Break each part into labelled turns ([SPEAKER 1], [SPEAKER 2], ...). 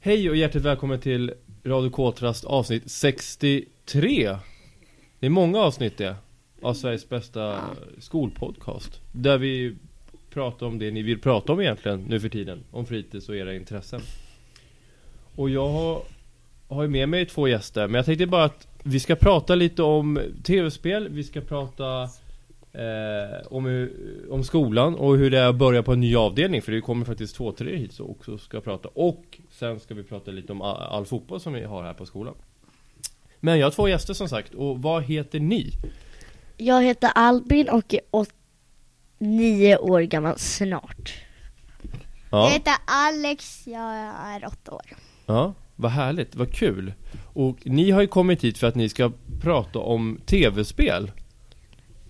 [SPEAKER 1] Hej och hjärtligt välkommen till Radio Koltrast avsnitt 63 Det är många avsnitt det Av Sveriges bästa skolpodcast Där vi pratar om det ni vill prata om egentligen nu för tiden Om fritids och era intressen Och jag har, har ju med mig två gäster Men jag tänkte bara att vi ska prata lite om tv-spel Vi ska prata eh, om, hur, om skolan och hur det är att börja på en ny avdelning För det kommer faktiskt två, tre hit som också ska prata Och sen ska vi prata lite om all, all fotboll som vi har här på skolan Men jag har två gäster som sagt och vad heter ni?
[SPEAKER 2] Jag heter Albin och är åt, nio år gammal snart.
[SPEAKER 3] Jag heter Alex, jag är åtta år.
[SPEAKER 1] Ja, vad härligt, vad kul. Och ni har ju kommit hit för att ni ska prata om tv-spel.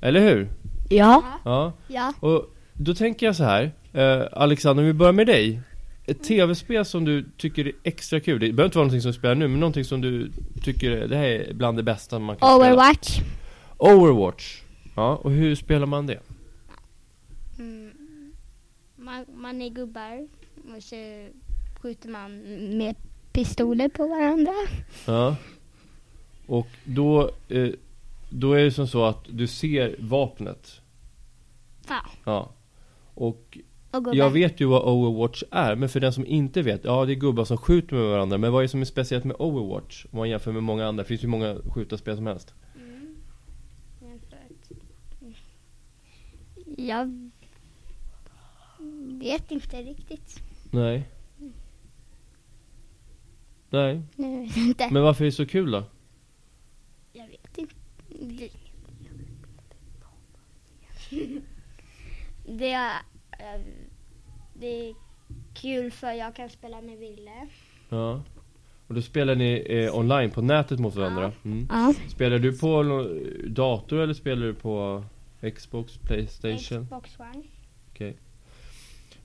[SPEAKER 1] Eller hur?
[SPEAKER 2] Ja.
[SPEAKER 1] Ja.
[SPEAKER 3] Ja.
[SPEAKER 1] Och då tänker jag så här, eh, Alexander, om vi börjar med dig. Ett tv-spel som du tycker är extra kul, det behöver inte vara någonting som du spelar nu, men någonting som du tycker är- det här är bland det bästa man kan spela.
[SPEAKER 3] Overwatch.
[SPEAKER 1] Overwatch. Ja, och hur spelar man det?
[SPEAKER 3] Mm. Man, man är gubbar och så skjuter man med pistoler på varandra.
[SPEAKER 1] Ja. Och då, eh, då är det som så att du ser vapnet.
[SPEAKER 3] Ja.
[SPEAKER 1] Ja. Och
[SPEAKER 3] Och gubbar.
[SPEAKER 1] Jag vet ju vad Overwatch är, men för den som inte vet, ja det är gubbar som skjuter med varandra, men vad är det som är speciellt med Overwatch? Om man jämför med många andra, det finns ju många skjutarspel som helst.
[SPEAKER 3] Jag vet inte riktigt.
[SPEAKER 1] Nej. Nej,
[SPEAKER 3] Nu vet jag inte.
[SPEAKER 1] men varför är det så kul då?
[SPEAKER 3] Jag vet inte. Det- Det är, eh, det är kul för jag kan spela med Ville.
[SPEAKER 1] Ja. Och då spelar ni eh, online på nätet mot varandra? Mm.
[SPEAKER 3] Ja.
[SPEAKER 1] Spelar du på nå- dator eller spelar du på Xbox, Playstation?
[SPEAKER 3] Xbox One.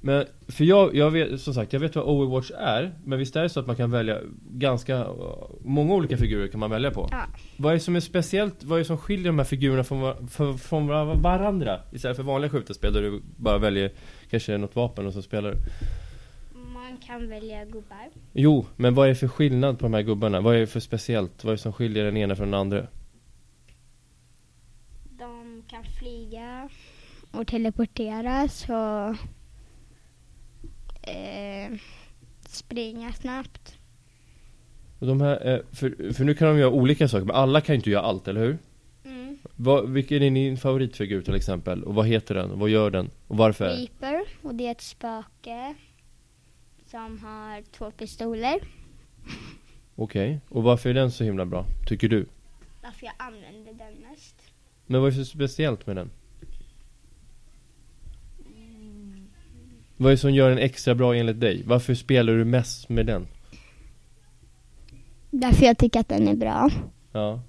[SPEAKER 1] Men, för jag, jag vet, som sagt, jag vet vad Overwatch är Men visst är det så att man kan välja ganska eh, många olika figurer kan man välja på?
[SPEAKER 3] Ja.
[SPEAKER 1] Vad är det som är speciellt, vad är det som skiljer de här figurerna från, var, för, från var- varandra? Istället för vanliga skjutarspel där du bara väljer kanske något vapen och så spelar du
[SPEAKER 3] Man kan välja gubbar.
[SPEAKER 1] Jo, men vad är det för skillnad på de här gubbarna? Vad är det för speciellt? Vad är det som skiljer den ena från den andra?
[SPEAKER 3] De kan flyga och teleporteras och eh, springa snabbt.
[SPEAKER 1] Och de här, eh, för, för nu kan de göra olika saker, men alla kan ju inte göra allt, eller hur?
[SPEAKER 3] Mm.
[SPEAKER 1] Vad, vilken är din favoritfigur till exempel? Och vad heter den? Och vad gör den? Och varför?
[SPEAKER 3] Reaper och det är ett spöke som har två pistoler.
[SPEAKER 1] Okej, och varför är den så himla bra, tycker du?
[SPEAKER 3] Varför jag använder den mest.
[SPEAKER 1] Men vad är det så speciellt med den? Vad är det som gör den extra bra enligt dig? Varför spelar du mest med den?
[SPEAKER 3] Därför jag tycker att den är bra.
[SPEAKER 1] Ja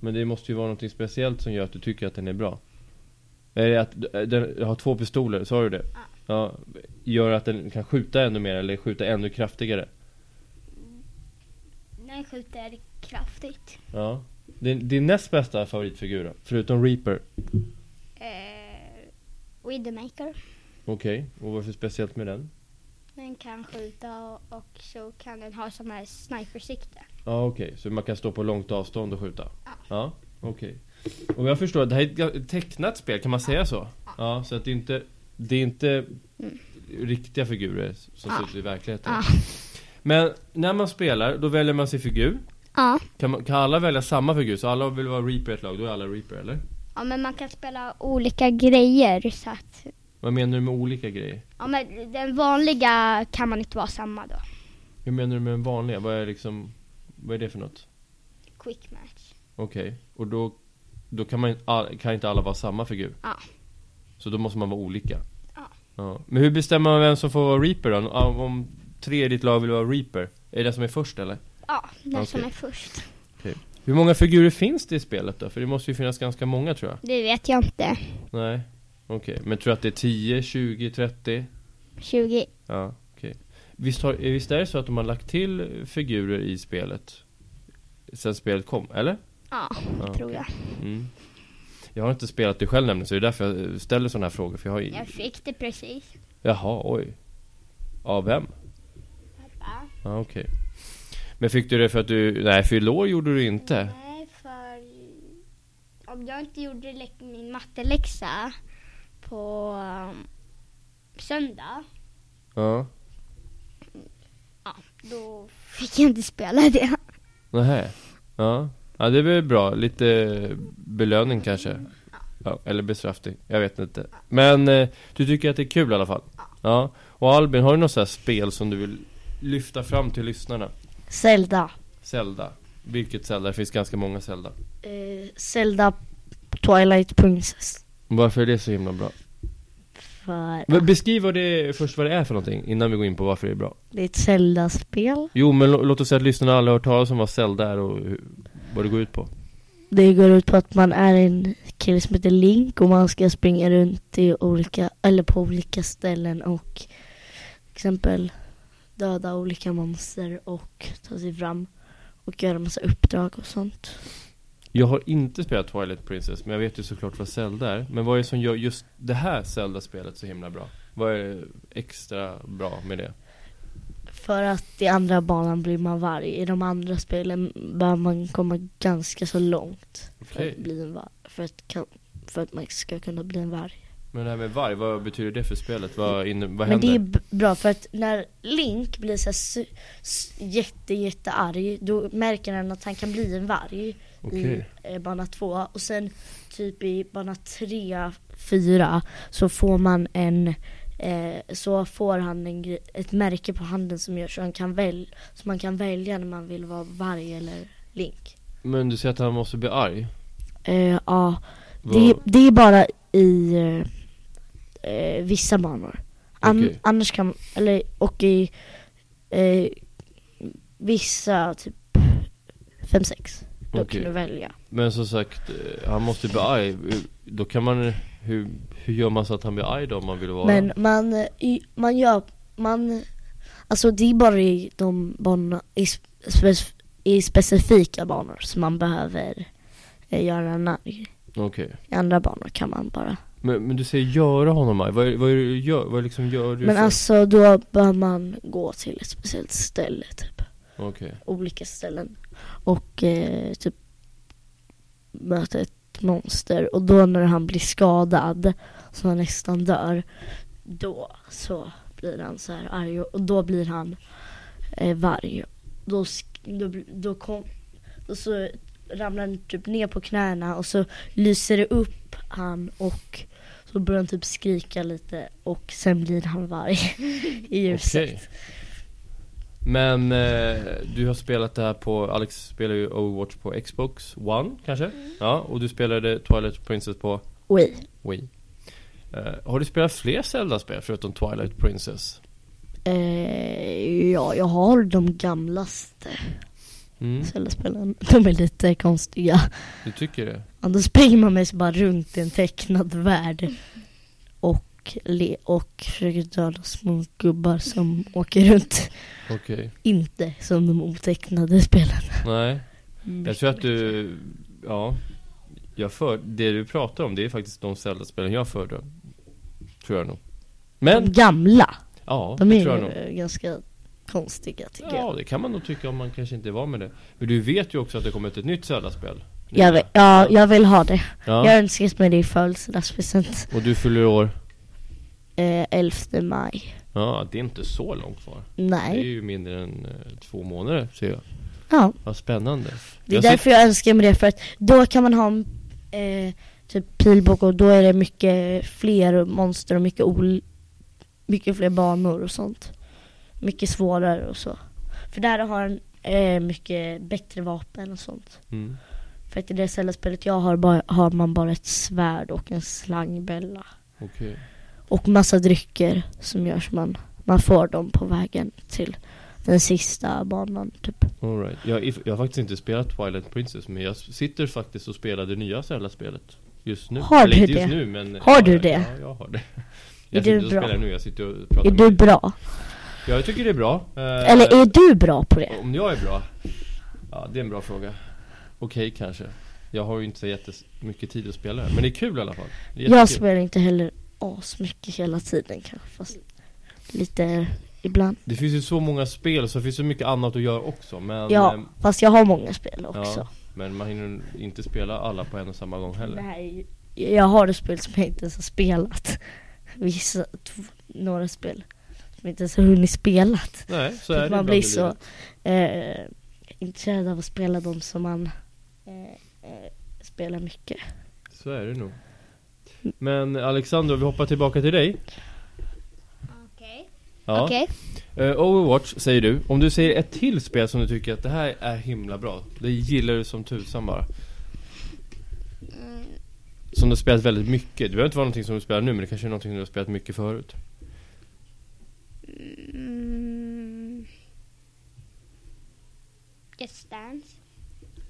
[SPEAKER 1] Men det måste ju vara någonting speciellt som gör att du tycker att den är bra Är det att d- den har två pistoler, sa du det? Ja Gör att den kan skjuta ännu mer eller skjuta ännu kraftigare?
[SPEAKER 3] Den skjuter kraftigt.
[SPEAKER 1] Ja Din, din näst bästa favoritfigur då? Förutom Reaper?
[SPEAKER 3] Eh, Widowmaker.
[SPEAKER 1] Okej, och vad är det för speciellt med den?
[SPEAKER 3] Den kan skjuta och, och så kan den ha sån här snipersikte.
[SPEAKER 1] Ja okej, så man kan stå på långt avstånd och skjuta?
[SPEAKER 3] Ja.
[SPEAKER 1] Ja, okej Och jag förstår att det här är ett ga- ett tecknat spel, kan man säga så? Ja, så att det är inte, det är inte riktiga figurer som ser ut i verkligheten
[SPEAKER 3] Ja.
[SPEAKER 1] Men när man spelar, då väljer man sin figur
[SPEAKER 3] Ja.
[SPEAKER 1] kan, man, kan alla välja samma figur? Så alla vill vara Reaper i ett lag, då är alla Reaper eller?
[SPEAKER 3] Ja men man kan spela olika grejer så att
[SPEAKER 1] Vad menar du med olika grejer?
[SPEAKER 3] Ja men den vanliga kan man inte vara samma då
[SPEAKER 1] Hur menar du med den vanliga? Vad är liksom, vad är det för något?
[SPEAKER 3] Quick match
[SPEAKER 1] Okej, och då, då kan, man, inte- all- kan inte alla vara samma figur?
[SPEAKER 3] Ja.
[SPEAKER 1] Så då måste man vara olika?
[SPEAKER 3] Ja.
[SPEAKER 1] Men hur bestämmer man vem som får vara Reaper då? Om om tre i ditt lag vill vara Reaper, är det den som är först eller?
[SPEAKER 3] Ja, den
[SPEAKER 1] Okej.
[SPEAKER 3] som är först
[SPEAKER 1] Hur många figurer finns det i spelet då? För det måste ju finnas ganska många tror jag
[SPEAKER 3] Det vet jag inte
[SPEAKER 1] Nej, okej. Men tror du att det är 10, 20, 30?
[SPEAKER 3] 20
[SPEAKER 1] Ja, okej. Visst, har, visst är det så att de har lagt till figurer i spelet? Sen spelet kom, eller?
[SPEAKER 3] Ja,
[SPEAKER 1] Ja.
[SPEAKER 3] tror jag
[SPEAKER 1] Mm. Jag har inte spelat det själv nämligen, så det är därför jag ställer sådana här frågor. För jag har ju...
[SPEAKER 3] Jag fick det precis
[SPEAKER 1] Jaha, oj. Av vem?
[SPEAKER 3] Pappa
[SPEAKER 1] Ja, okej. Men fick du det för att du... Nej, fyllde år gjorde du inte.
[SPEAKER 3] Nej, för om jag inte gjorde lä- min matteläxa på um, söndag,
[SPEAKER 1] Ja.
[SPEAKER 3] då fick jag inte spela det.
[SPEAKER 1] Nähä. Ja. Ja, det är väl bra. Lite belöning kanske. Ja, eller bestraffning. Jag vet inte. Men eh, du tycker att det är kul i alla fall? Ja. Och Albin, har du något sånt här spel som du vill lyfta fram till lyssnarna?
[SPEAKER 2] Zelda.
[SPEAKER 1] Zelda. Vilket Zelda? Det finns ganska många Zelda.
[SPEAKER 2] Eh, Zelda Twilight Princess.
[SPEAKER 1] Varför är det så himla bra?
[SPEAKER 2] För
[SPEAKER 1] Men Beskriv vad det är, först vad det är för någonting innan vi går in på varför det är bra.
[SPEAKER 2] det är ett Zelda-spel.
[SPEAKER 1] Jo, men lå- låt oss säga att lyssnarna aldrig har hört talas om vad Zelda är och hur, vad det går ut på.
[SPEAKER 2] Det går ut på att man är en kille som heter Link och man ska springa runt i olika, eller på olika ställen och till exempel döda olika monster och ta sig fram och göra massa uppdrag och sånt.
[SPEAKER 1] Jag har inte spelat Twilight Princess, men jag vet ju såklart vad Zelda är. Men vad är det som gör just det här Zelda-spelet så himla bra? Vad är extra bra med det?
[SPEAKER 2] För att i andra banan blir man varg. I de andra spelen bör man komma ganska så långt för,
[SPEAKER 1] Okej.
[SPEAKER 2] att, bli en varg, för, att, kan- för att man ska kunna bli en varg.
[SPEAKER 1] Men det här med varg, vad betyder det för spelet? Vad, inne, vad
[SPEAKER 2] Mm. Men
[SPEAKER 1] händer?
[SPEAKER 2] det är b- bra för att när Link blir så här su- s- jätte, jätte arg då märker han att han kan bli en varg
[SPEAKER 1] Okej.
[SPEAKER 2] i eh, bana två. Och sen typ i bana tre, fyra så får man en Eh, så får han en, gre- ett märke på handen som gör så han kan väl, så man kan välja när man vill vara varg eller link.
[SPEAKER 1] Men du säger att han måste bli arg?
[SPEAKER 2] Eh, ja, det,
[SPEAKER 1] Vad-
[SPEAKER 2] det är bara i eh, eh, vissa banor. An,
[SPEAKER 1] Okej.
[SPEAKER 2] Annars kan eller och i eh, vissa typ fem sex Då
[SPEAKER 1] Okej.
[SPEAKER 2] kan du välja.
[SPEAKER 1] Men som sagt, eh, han måste bli arg. Då kan man... Hur, hur gör man så att han blir arg då om man vill vara...
[SPEAKER 2] Men man, eh, i, man gör, man, alltså det är bara i de banorna, i, spe, i specifika banor som man behöver eh, göra en arg.
[SPEAKER 1] Okej.
[SPEAKER 2] I andra banor kan man bara.
[SPEAKER 1] Men, men du säger göra honom arg. Vad, är- vad, är det du gör, vad liksom gör du
[SPEAKER 2] Men
[SPEAKER 1] för...
[SPEAKER 2] alltså då bör man gå till ett speciellt ställe typ.
[SPEAKER 1] Okej.
[SPEAKER 2] olika ställen och eh, typ möta ett monster och då när han blir skadad så han nästan dör då så blir han så här arg och då blir han eh, varg. Då, sk- då, bl- då kom, och så ramlar han typ ner på knäna och så lyser det upp han och så börjar han typ skrika lite och sen blir han varg i ljuset.
[SPEAKER 1] Okej. Men eh, du har spelat det här på, Alex spelar ju Overwatch på Xbox One kanske? Ja, och du spelade Twilight Princess på
[SPEAKER 2] Oj.
[SPEAKER 1] Wii. Eh, har du spelat fler Zelda-spel förutom Twilight Princess?
[SPEAKER 2] Eh, ja, jag har de gamlaste
[SPEAKER 1] Mm,
[SPEAKER 2] Zelda-spelen. De är lite konstiga.
[SPEAKER 1] du tycker det?
[SPEAKER 2] Ja, Då springer man mest bara runt i en tecknad värld och, le- och försöker döda små gubbar som åker runt.
[SPEAKER 1] Okej.
[SPEAKER 2] Inte som de otecknade spelen.
[SPEAKER 1] Nej, jag tror att du, ja. Jag för, det du pratar om det är faktiskt de Zelda-spelen jag föredrar. Tror jag nog.
[SPEAKER 2] De
[SPEAKER 1] Men,
[SPEAKER 2] gamla,
[SPEAKER 1] ja,
[SPEAKER 2] de
[SPEAKER 1] det tror jag nog.
[SPEAKER 2] är ju ganska konstiga tycker jag.
[SPEAKER 1] Ja, det kan man nog tycka om man kanske inte var med det. Men du vet ju också att det kommer ett nytt Zelda-spel.
[SPEAKER 2] Jag vill, ja, jag vill ha det. Jag
[SPEAKER 1] Ja,
[SPEAKER 2] önskar mig det i födelsedagspresent.
[SPEAKER 1] och du fyller år.
[SPEAKER 2] Eh, 11 maj.
[SPEAKER 1] Ja, det är inte så långt kvar. Det är
[SPEAKER 2] Nej.
[SPEAKER 1] ju mindre än eh, två månader, ser jag.
[SPEAKER 2] Ja.
[SPEAKER 1] Vad spännande.
[SPEAKER 2] Det är
[SPEAKER 1] Jag
[SPEAKER 2] därför jag önskar mig det, för att då kan man ha en eh, typ pilbåge och då är det mycket fler monster och mycket, ol- mycket fler banor och sånt. Mycket svårare och så. För där har han eh, mycket bättre vapen och sånt.
[SPEAKER 1] sitter- Mm.
[SPEAKER 2] För att i det Zelda-spelet jag har, bara, har man bara ett svärd och en slangbella.
[SPEAKER 1] Okej.
[SPEAKER 2] Och massa drycker som gör så man, man får dem på vägen till den sista banan typ.
[SPEAKER 1] All right. jag, if- jag har faktiskt inte spelat Twilight Princess, men jag s- sitter faktiskt och spelar det nya Zelda-spelet. Just nu.
[SPEAKER 2] Har
[SPEAKER 1] Eller
[SPEAKER 2] du
[SPEAKER 1] inte just
[SPEAKER 2] det?
[SPEAKER 1] nu, men
[SPEAKER 2] Har
[SPEAKER 1] ja,
[SPEAKER 2] du
[SPEAKER 1] jag-
[SPEAKER 2] det?
[SPEAKER 1] Ja, jag har det. Jag
[SPEAKER 2] du
[SPEAKER 1] sitter och
[SPEAKER 2] bra?
[SPEAKER 1] spelar nu, jag sitter och
[SPEAKER 2] Är
[SPEAKER 1] pratar
[SPEAKER 2] du
[SPEAKER 1] med
[SPEAKER 2] bra?
[SPEAKER 1] Jag tycker det är bra. Eh,
[SPEAKER 2] Eller är du bra på det?
[SPEAKER 1] Om jag är bra? Ja, det är en bra fråga. Okej kanske. Jag har ju inte så jättemycket tid att spela här, men det är kul i alla fall. Det är
[SPEAKER 2] Jag
[SPEAKER 1] jättekul.
[SPEAKER 2] spelar inte heller asmycket hela tiden kanske fast lite ibland.
[SPEAKER 1] Det finns ju så många spel så det finns så mycket annat att göra också men
[SPEAKER 2] ja,
[SPEAKER 1] ehm,
[SPEAKER 2] fast jag har många spel också.
[SPEAKER 1] Men man hinner inte spela alla på en och samma gång heller
[SPEAKER 2] Nej. Jag har ett spel som jag inte ens har spelat. Vissa, t- några spel som jag inte ens har hunnit spela. Typ
[SPEAKER 1] Nej, så är det
[SPEAKER 2] man
[SPEAKER 1] ibland
[SPEAKER 2] blir
[SPEAKER 1] i
[SPEAKER 2] så
[SPEAKER 1] livet.
[SPEAKER 2] eh, intresserad av att spela de som man eh, eh, spelar mycket.
[SPEAKER 1] Så är det nog Men Alexander, vi hoppar tillbaka till dig
[SPEAKER 3] Okej.
[SPEAKER 1] Ja
[SPEAKER 3] Okej.
[SPEAKER 1] Eh, Overwatch säger du, om du säger ett till spel som du tycker att det här är himla bra Det gillar du som tusan bara
[SPEAKER 3] Mm,
[SPEAKER 1] Som du har spelat väldigt mycket, det behöver inte vara någonting som du spelar nu men det kanske är någonting du har spelat mycket förut
[SPEAKER 3] Mm. Just Dance.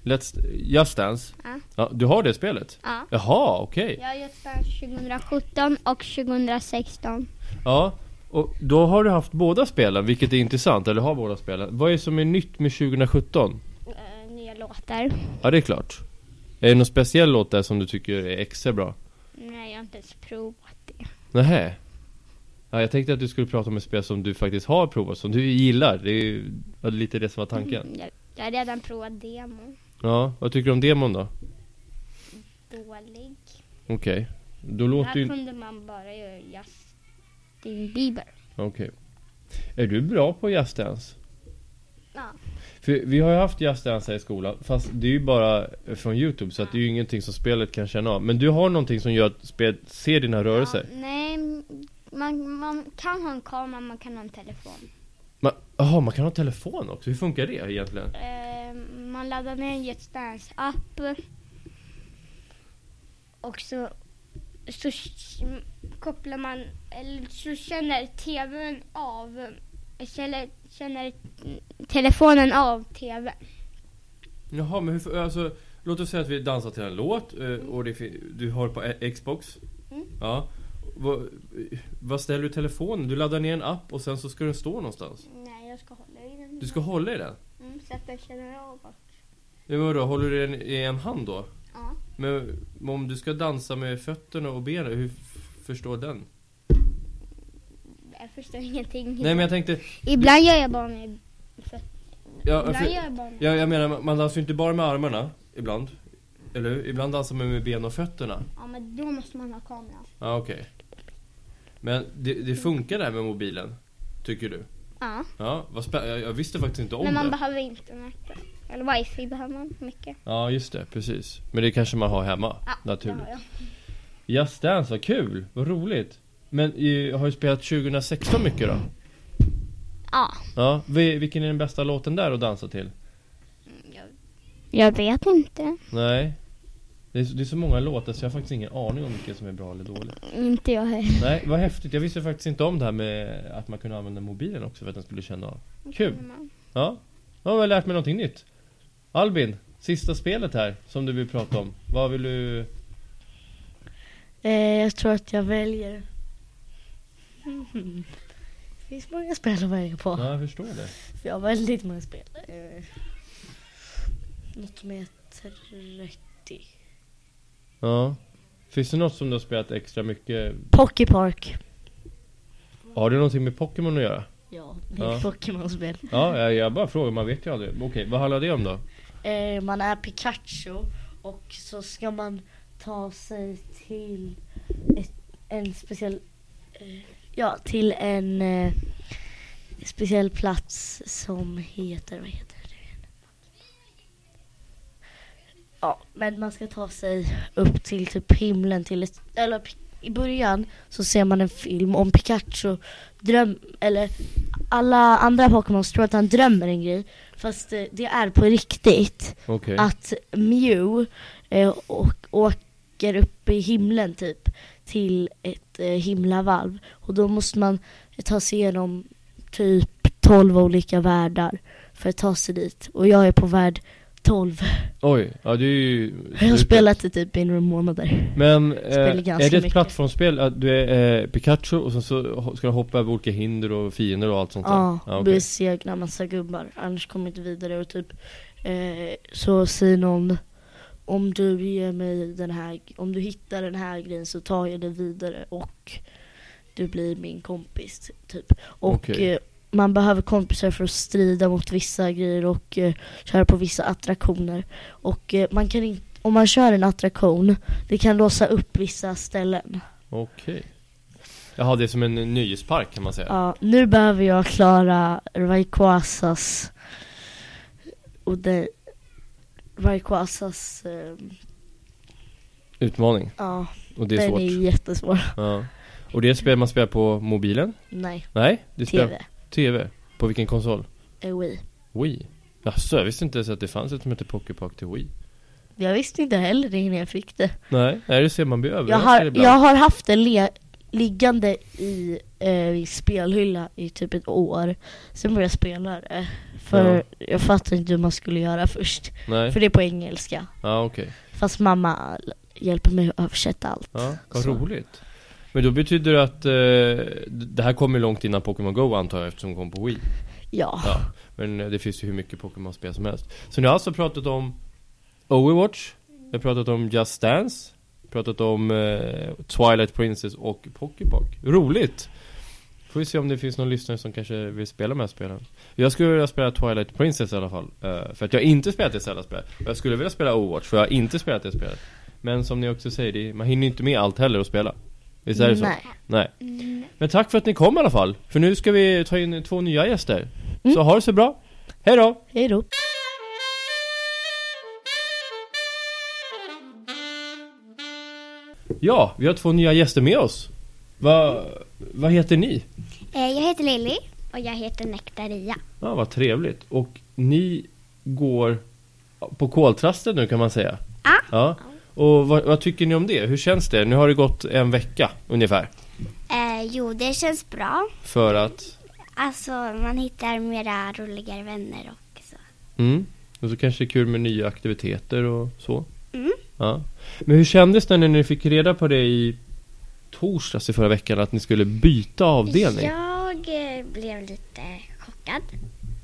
[SPEAKER 1] Let's, Just Dance?
[SPEAKER 3] Ja.
[SPEAKER 1] ja du har det spelet?
[SPEAKER 3] Ja.
[SPEAKER 1] Jaha, okej
[SPEAKER 3] Jag har Just Dance 2017 och 2016.
[SPEAKER 1] Ja, och då har du haft båda spelen, vilket är intressant, eller har båda spelen. Vad är det som är nytt med 2017?
[SPEAKER 3] Eh, nya låtar.
[SPEAKER 1] Ja, det är klart. Är det någon speciell låt där som du tycker är extra bra?
[SPEAKER 3] Nej, jag har inte ens provat det.
[SPEAKER 1] Nähä. Ja, jag tänkte att du skulle prata om ett spel som du faktiskt har provat, som du gillar. Det är ju var det lite det som var tanken.
[SPEAKER 3] Mm, Jag, jag har redan provat demo.
[SPEAKER 1] Ja, vad tycker du om demon då?
[SPEAKER 3] Dålig.
[SPEAKER 1] Okej. Då låter
[SPEAKER 3] Här
[SPEAKER 1] ju...
[SPEAKER 3] kunde man bara göra Justin Bieber.
[SPEAKER 1] Okej. Är du bra på Just Dance?
[SPEAKER 3] Ja.
[SPEAKER 1] För vi har ju haft Just Dance här i skolan, fast det är ju bara från Youtube så att det är ju ingenting som spelet kan känna av. Men du har någonting som gör att spelet ser dina rörelser?
[SPEAKER 3] Ja, nej, man, man kan ha en kamera, man kan ha en telefon.
[SPEAKER 1] Man- Jaha, man kan ha telefon också? Hur funkar det egentligen?
[SPEAKER 3] Eh, man laddar ner en Just Dance-app. Och så, så k- kopplar man, eller så känner tvn av, eller känner telefonen av tvn.
[SPEAKER 1] Jaha, men hur, fu- alltså, låt oss säga att vi dansar till en låt eh, och det, fin- du har på e- Xbox.
[SPEAKER 3] Mm.
[SPEAKER 1] Ja. Vad, eh, vad ställer du telefonen? Du laddar ner en app och sen så ska den stå någonstans.
[SPEAKER 3] Nej, jag ska hålla i den.
[SPEAKER 1] Du ska hålla i den?
[SPEAKER 3] mm, så att den känner av. vad-
[SPEAKER 1] Ja, men vadå, håller du den i en hand då?
[SPEAKER 3] Ja.
[SPEAKER 1] Men men om du ska dansa med fötterna och benen, hur f- förstår den?
[SPEAKER 3] Jag förstår ingenting.
[SPEAKER 1] Nej men jag tänkte,
[SPEAKER 3] Ibland gör jag bara med
[SPEAKER 1] ja,
[SPEAKER 3] Ibland
[SPEAKER 1] för,
[SPEAKER 3] gör jag bara med
[SPEAKER 1] jag, jag menar man dansar ju inte bara med armarna ibland. Eller hur? Ibland dansar man med ben och fötterna.
[SPEAKER 3] Ja, men då måste man ha kamera.
[SPEAKER 1] Ja okej. Men det, det funkar det här med mobilen? Tycker du?
[SPEAKER 3] Ja.
[SPEAKER 1] Ja, vad spä- jag, jag visste faktiskt inte om
[SPEAKER 3] Men man
[SPEAKER 1] det.
[SPEAKER 3] behöver internet. Eller wifi behöver man mycket.
[SPEAKER 1] Ja just det, precis. Men det kanske man har hemma,
[SPEAKER 3] Ja,
[SPEAKER 1] naturligt.
[SPEAKER 3] det har jag.
[SPEAKER 1] Just Dance, vad kul! Vad roligt! Men eh, har du spelat 2016 mycket då?
[SPEAKER 3] Ja.
[SPEAKER 1] Ja, vi- vilken är den bästa låten där att dansa till?
[SPEAKER 3] Jag, jag vet inte.
[SPEAKER 1] Nej. Det är, så- det är så många låtar så jag har faktiskt ingen aning om vilken som är bra eller dålig.
[SPEAKER 3] Inte jag heller.
[SPEAKER 1] Nej, vad häftigt. Jag visste faktiskt inte om det här med att man kunde använda mobilen också för att den skulle känna av. Kul. Ja, då har jag lärt mig någonting nytt. Albin, sista spelet här som du vill prata om. Vad vill du...
[SPEAKER 2] Eh, jag tror att jag väljer... Mm-hmm. Det finns många spel att välja på.
[SPEAKER 1] Ja, jag förstår det.
[SPEAKER 2] För jag har väldigt många spel. Eh, något med 30.
[SPEAKER 1] Ja. Finns det något som du har spelat extra mycket?
[SPEAKER 2] Pocky Park.
[SPEAKER 1] Har det någonting med Pokémon att göra?
[SPEAKER 2] Ja, det är
[SPEAKER 1] Ja.
[SPEAKER 2] ett Pokémon-spel.
[SPEAKER 1] Ja, jag, jag bara frågar. Man vet ju aldrig. Okej, vad handlar det om då?
[SPEAKER 2] Eh, man är Pikachu och så ska man ta sig till ett, en speciell... Eh, ja, till en eh, speciell plats som heter... Vad heter det? Ja, men man ska ta sig upp till typ himlen till ett... Eller pi- i början så ser man en film om Pikachu dröm... Eller alla andra Pokémons tror att han drömmer en grej. Fast eh, det är på riktigt
[SPEAKER 1] Okej.
[SPEAKER 2] att Mew eh, och, åker upp i himlen typ till ett eh, himlavalv och då måste man ta sig igenom typ 12 olika världar för att ta sig dit och jag är på värld 12.
[SPEAKER 1] Oj, ja det är ju...
[SPEAKER 2] Jag har
[SPEAKER 1] slutet.
[SPEAKER 2] spelat det typ i några månader.
[SPEAKER 1] Men eh,
[SPEAKER 2] Spelar ganska
[SPEAKER 1] är det ett
[SPEAKER 2] mycket.
[SPEAKER 1] plattformsspel? Att du är eh, Pikachu och sen så ho- ska du hoppa över olika hinder och fiender och allt sånt
[SPEAKER 2] Ja,
[SPEAKER 1] där? Ja, okej.
[SPEAKER 2] besegra massa gubbar annars kommer jag inte vidare och typ eh, så säger någon om du ger mig den här, om du hittar den här grejen så tar jag dig vidare och du blir min kompis typ. Och
[SPEAKER 1] Okej.
[SPEAKER 2] eh, man behöver kompisar för att strida mot vissa grejer och eh, köra på vissa attraktioner. Och eh, man kan inte, om man kör en attraktion, det kan låsa upp vissa ställen.
[SPEAKER 1] Okej. Jaha, det är som en nöjespark kan man säga.
[SPEAKER 2] Ja, nu behöver jag klara Rayquazas och det Rayquazas, eh,
[SPEAKER 1] Utmaning.
[SPEAKER 2] ja,
[SPEAKER 1] Och det är
[SPEAKER 2] den
[SPEAKER 1] svårt.
[SPEAKER 2] är jättesvår.
[SPEAKER 1] Ja. Och det är ett spel man spelar på mobilen?
[SPEAKER 2] Nej,
[SPEAKER 1] Nej, det spelar
[SPEAKER 2] TV,
[SPEAKER 1] TV. På vilken konsol?
[SPEAKER 2] eh, Wii.
[SPEAKER 1] Wii. Jaså, jag visste inte ens att det fanns ett som hette Pocket Park till Wii.
[SPEAKER 2] Jag visste inte heller det innan jag fick det.
[SPEAKER 1] Nej, nej det ser man blir
[SPEAKER 2] Jag
[SPEAKER 1] överraskad
[SPEAKER 2] har,
[SPEAKER 1] ibland.
[SPEAKER 2] jag har haft det le- liggande i, eh, i spelhylla i typ ett år. Sen började jag spela det. För
[SPEAKER 1] Ja.
[SPEAKER 2] jag fattade inte hur man skulle göra först.
[SPEAKER 1] Nej,
[SPEAKER 2] För det är på engelska.
[SPEAKER 1] ja okej.
[SPEAKER 2] Fast mamma l- hjälper mig att översätta allt.
[SPEAKER 1] Ja, vad
[SPEAKER 2] Så.
[SPEAKER 1] roligt. Men då betyder det att eh, det här kommer ju långt innan Pokémon Go antar jag eftersom det kom på Wii.
[SPEAKER 2] Ja.
[SPEAKER 1] Ja, men eh, det finns ju hur mycket Pokémon-spel som helst. Så ni har alltså pratat om Overwatch, ni har pratat om Just Dance, pratat om eh, Twilight Princess och Poképock. Roligt! Får vi se om det finns någon lyssnare som kanske vill spela de här spelen. Jag skulle vilja spela Twilight Princess i alla fall. eh, För att jag har inte spelat det Zelda-spel. Och jag skulle vilja spela Overwatch för jag har inte spelat det spelet. Men som ni också säger, det, man hinner ju inte med allt heller att spela. Visst är det så?
[SPEAKER 2] Nej.
[SPEAKER 1] Nej. Men tack för att ni kom i alla fall. För nu ska vi ta in två nya gäster. Så ha det så bra. Hej då!
[SPEAKER 2] Hej då.
[SPEAKER 1] Ja, vi har två nya gäster med oss. Va, vad heter ni?
[SPEAKER 4] Eh, Jag heter Lilly. Och jag heter Nektaria.
[SPEAKER 1] Ja, vad trevligt. Och ni går på koltrasten nu kan man säga.
[SPEAKER 4] Ja.
[SPEAKER 3] Ah.
[SPEAKER 1] ja. Och vad, vad tycker ni om det? Hur känns det? Nu har det gått en vecka ungefär.
[SPEAKER 3] Eh, jo, det känns bra.
[SPEAKER 1] För att...
[SPEAKER 3] Alltså, man hittar mera roligare vänner och så.
[SPEAKER 1] Mm. Och så kanske det är kul med nya aktiviteter och så.
[SPEAKER 3] Mm.
[SPEAKER 1] Ja. Men hur kändes det när ni fick reda på det i torsdags i förra veckan att ni skulle byta avdelning?
[SPEAKER 3] Jag eh, blev lite chockad.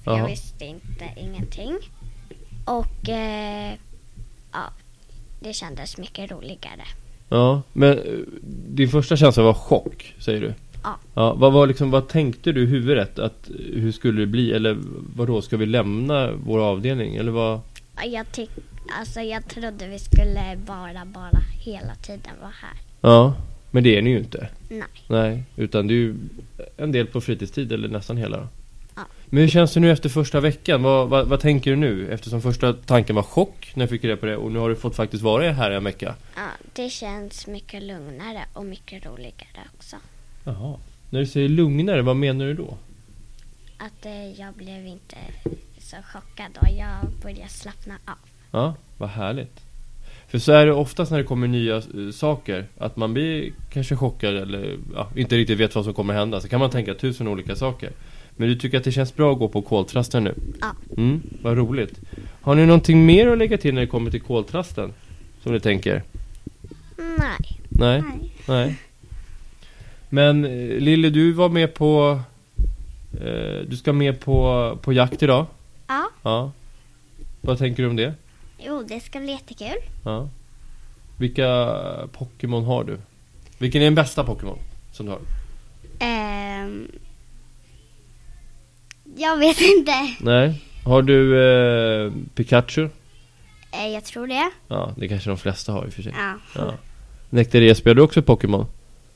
[SPEAKER 3] för
[SPEAKER 1] Jaha.
[SPEAKER 3] Jag visste inte ingenting. Och eh, ja, det kändes mycket roligare.
[SPEAKER 1] Ja, men eh, din första känsla var chock, säger du?
[SPEAKER 3] Ja.
[SPEAKER 1] ja vad, var liksom, vad tänkte du i huvudet? Att, eh, hur skulle det bli? Eller vad då ska vi lämna vår avdelning? Eller vad?
[SPEAKER 3] Ja, Jag, tyck, alltså, jag trodde vi skulle bara, bara hela tiden vara här.
[SPEAKER 1] Ja, men det är ni ju inte.
[SPEAKER 3] Nej.
[SPEAKER 1] Nej, utan det är ju en del på fritidstid eller nästan hela. då.
[SPEAKER 3] Ja.
[SPEAKER 1] Men hur känns det nu efter första veckan? Vad, vad, vad tänker du nu? Eftersom första tanken var chock när jag fick reda på det och nu har du fått faktiskt vara här en vecka.
[SPEAKER 3] Ja, det känns mycket lugnare och mycket roligare också.
[SPEAKER 1] Jaha. När du säger lugnare, vad menar du då?
[SPEAKER 3] Att eh, jag blev inte så chockad och jag började slappna av.
[SPEAKER 1] Ja, vad härligt. För så är det oftast när det kommer nya eh, saker. Att man blir kanske chockad eller ja, inte riktigt vet vad som kommer hända. Så kan man tänka tusen olika saker. Men du tycker att det känns bra att gå på koltrasten nu?
[SPEAKER 3] Ja.
[SPEAKER 1] Mm, vad roligt. Har ni någonting mer att lägga till när det kommer till koltrasten? Som ni tänker?
[SPEAKER 3] Nej.
[SPEAKER 1] Nej?
[SPEAKER 3] Nej.
[SPEAKER 1] Nej. Men eh, Lille, du var med på... Eh, du ska med på, på jakt idag?
[SPEAKER 3] Ja.
[SPEAKER 1] Ja. Vad tänker du om det?
[SPEAKER 3] Jo, det ska bli jättekul.
[SPEAKER 1] Ja. Vilka Pokémon har du? Vilken är den bästa Pokémon som du har?
[SPEAKER 3] Ehm, jag vet inte.
[SPEAKER 1] Nej. Har du eh, Pikachu?
[SPEAKER 3] Eh, jag tror det.
[SPEAKER 1] Ja, det kanske de flesta har i och för sig.
[SPEAKER 3] Ja.
[SPEAKER 1] Ja. Nektaria, spelar du också Pokémon?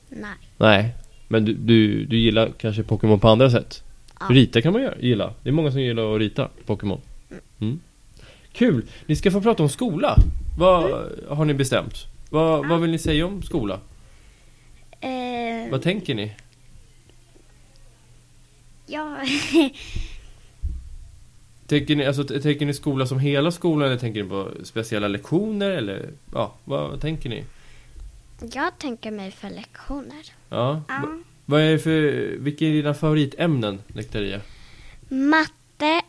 [SPEAKER 3] Nej.
[SPEAKER 1] Nej. Men du, du, du gillar kanske Pokémon på andra sätt?
[SPEAKER 3] Ja.
[SPEAKER 1] Rita kan man göra, gilla. Det är många som gillar att rita Pokémon. Mm. Kul! Ni ska få prata om skola. Vad har ni bestämt? Vad, vad vill ni säga om skola?
[SPEAKER 3] Ehm,
[SPEAKER 1] Vad tänker ni?
[SPEAKER 3] ja.
[SPEAKER 1] Tänker ni, alltså, t- tänker ni skola som hela skolan eller tänker ni på speciella lektioner eller ja, vad, vad tänker ni?
[SPEAKER 3] jag tänker mig för lektioner.
[SPEAKER 1] Ja. Va,
[SPEAKER 3] Ja.
[SPEAKER 1] vad är det för, vilka är dina favoritämnen, Nektaria?
[SPEAKER 3] Matte,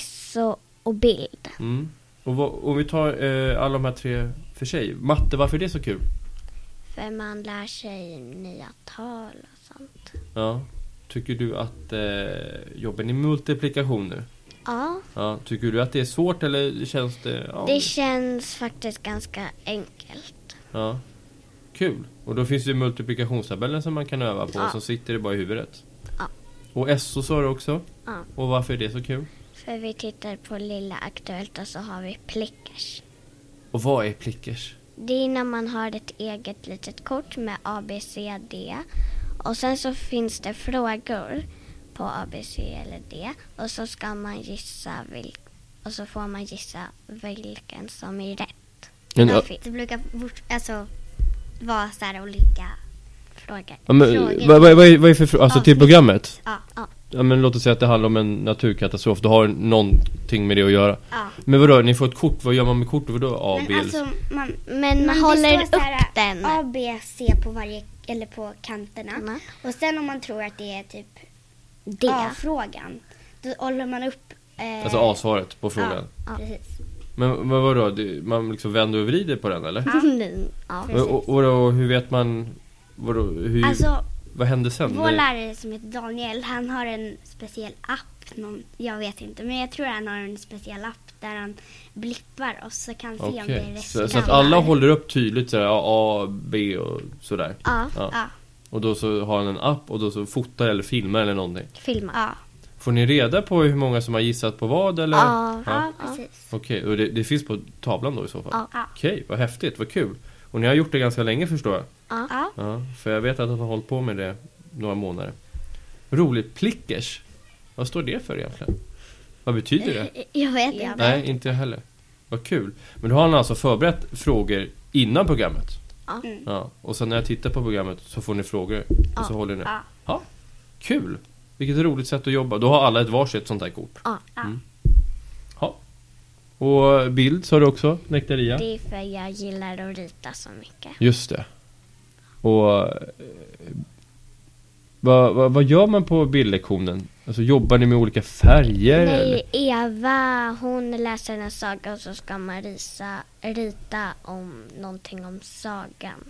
[SPEAKER 3] SO och bild.
[SPEAKER 1] Mm. Och vad, om vi tar eh, alla de här tre för sig. Matte, varför är det så kul?
[SPEAKER 3] För man lär sig nya tal och sånt.
[SPEAKER 1] Ja. Tycker du att eh, jobben i multiplikation nu?
[SPEAKER 3] Ja,
[SPEAKER 1] Ja. Tycker du att det är svårt eller känns det? Ja,
[SPEAKER 3] det känns faktiskt ganska enkelt.
[SPEAKER 1] ja. Kul. Och då finns det ju multiplikationstabellen som man kan öva på
[SPEAKER 3] Ja.
[SPEAKER 1] och så sitter det bara i huvudet.
[SPEAKER 3] Ja.
[SPEAKER 1] Och SO sa du också?
[SPEAKER 3] Ja.
[SPEAKER 1] Och varför är det så kul?
[SPEAKER 3] För vi tittar på Lilla Aktuellt och så har vi Plickers.
[SPEAKER 1] Och vad är Plickers?
[SPEAKER 3] Det är när man har ett eget litet kort med A, B, C, D. Och sen så finns det frågor på A, B, C eller D. Och så ska man gissa vilk- och så får man gissa vilken som är rätt.
[SPEAKER 5] Ja, det brukar fort, alltså, vara så här olika frågor.
[SPEAKER 1] Ja, men,
[SPEAKER 5] Frågor.
[SPEAKER 1] vad, vad, vad, är, vad är för frå- Alltså till
[SPEAKER 5] Avsnitt.
[SPEAKER 1] programmet?
[SPEAKER 5] Ja, ja,
[SPEAKER 1] Ja men låt oss säga att det handlar om en naturkatastrof. Du har någonting med det att göra.
[SPEAKER 5] ja.
[SPEAKER 1] Men vadå, ni får ett kort. Vad gör man med kortet? Vadå A, B?
[SPEAKER 5] Men
[SPEAKER 1] eller-
[SPEAKER 5] alltså, man,
[SPEAKER 3] Men man
[SPEAKER 5] det
[SPEAKER 3] håller
[SPEAKER 5] står så
[SPEAKER 3] upp
[SPEAKER 5] här,
[SPEAKER 3] den.
[SPEAKER 5] A, B, C på varje, eller på kanterna.
[SPEAKER 3] Ja.
[SPEAKER 5] Och sen om man tror att det är typ
[SPEAKER 3] D.
[SPEAKER 5] A-frågan, då håller man upp... Eh,
[SPEAKER 1] Alltså A-svaret på frågan.
[SPEAKER 5] Ja, precis.
[SPEAKER 1] Men vad vadå, det, man liksom vänder och vrider på den eller?
[SPEAKER 3] Mm, ja.
[SPEAKER 1] Och, och, och då, hur vet man? Vadå, hur,
[SPEAKER 5] Alltså,
[SPEAKER 1] vad hände sen?
[SPEAKER 5] vår
[SPEAKER 1] När-
[SPEAKER 5] lärare som heter Daniel, han har en speciell app. Någon, jag vet inte, men jag tror han har en speciell app där han blippar och så kan se om det är
[SPEAKER 1] Okej,
[SPEAKER 5] rätt
[SPEAKER 1] så, så att
[SPEAKER 5] gammal.
[SPEAKER 1] alla håller upp tydligt sådär, ja, A, B och sådär.
[SPEAKER 5] Ja,
[SPEAKER 1] Ja.
[SPEAKER 5] ja. ja.
[SPEAKER 1] Och då så har han en app och då så fotar eller filmar eller någonting.
[SPEAKER 3] Filma.
[SPEAKER 5] ja.
[SPEAKER 1] Får ni reda på hur många som har gissat på vad eller?
[SPEAKER 3] Ja.
[SPEAKER 5] precis.
[SPEAKER 1] Okej, och det, det finns på tavlan då i så fall?
[SPEAKER 3] Ja.
[SPEAKER 5] Ja.
[SPEAKER 1] Okej, vad häftigt, vad kul. Och ni har gjort det ganska länge förstår jag?
[SPEAKER 5] Ja.
[SPEAKER 1] Ja, för jag vet att han har hållit på med det några månader. Roligt, plickers. Vad står det för egentligen? Vad betyder det?
[SPEAKER 5] Jag vet inte.
[SPEAKER 1] Nej, inte jag heller. Vad kul. Men då har han alltså förberett frågor innan programmet?
[SPEAKER 3] Ja.
[SPEAKER 5] Mm.
[SPEAKER 1] ja. Och sen när jag tittar på programmet så får ni frågor och så håller ni.
[SPEAKER 5] Ja.
[SPEAKER 1] Ja. Kul! Vilket roligt sätt att jobba. Då har alla ett varsitt sånt här kort.
[SPEAKER 3] Ja.
[SPEAKER 1] Mm. Ja. Och bild sa du också, Nektaria?
[SPEAKER 3] Det är för jag gillar att rita så mycket.
[SPEAKER 1] Just det. Och eh, vad, vad, vad gör man på bildlektionen? Alltså jobbar ni med olika färger? eller?
[SPEAKER 3] Nej, Eva hon läser en saga och så ska man risa, rita om någonting om sagan.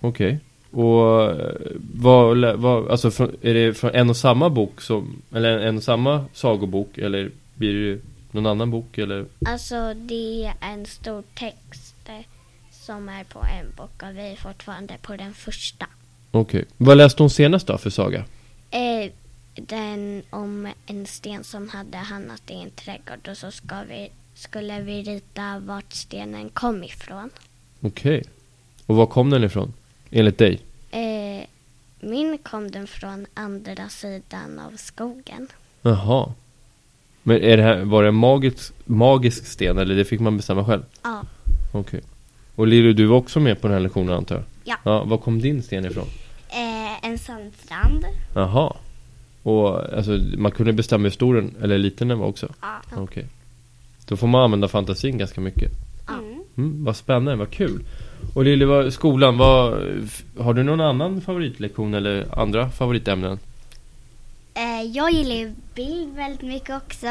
[SPEAKER 1] Okej. Och eh, vad, lä- vad, alltså från, är det från en och samma bok som, eller en och samma sagobok eller blir det någon annan bok eller?
[SPEAKER 3] Alltså det är en stor text eh, som är på en bok och vi är fortfarande på den första.
[SPEAKER 1] Okej. Vad läste hon senast då för saga?
[SPEAKER 3] Eh, den om en sten som hade hamnat i en trädgård och så ska vi, skulle vi rita vart stenen kom ifrån.
[SPEAKER 1] Okej. Och var kom den ifrån? Enligt dig?
[SPEAKER 3] Eh, min kom den från andra sidan av skogen.
[SPEAKER 1] Jaha. Men är det här, var det en magisk, magisk sten eller det fick man bestämma själv?
[SPEAKER 3] Ja.
[SPEAKER 1] Okej. Och Liru, du var också med på den här lektionen antar jag?
[SPEAKER 5] Ja.
[SPEAKER 1] Ja, var kom din sten ifrån?
[SPEAKER 5] Eh, en sandstrand.
[SPEAKER 1] Jaha. Och alltså, man kunde bestämma hur stor den, eller liten den var också?
[SPEAKER 5] Ja.
[SPEAKER 1] Okej. Då får man använda fantasin ganska mycket.
[SPEAKER 5] Mm.
[SPEAKER 1] Mm, vad spännande, vad kul. Och Lilly, vad, skolan, vad, f- har du någon annan favoritlektion eller andra favoritämnen?
[SPEAKER 5] Eh, jag gillar ju bild väldigt mycket också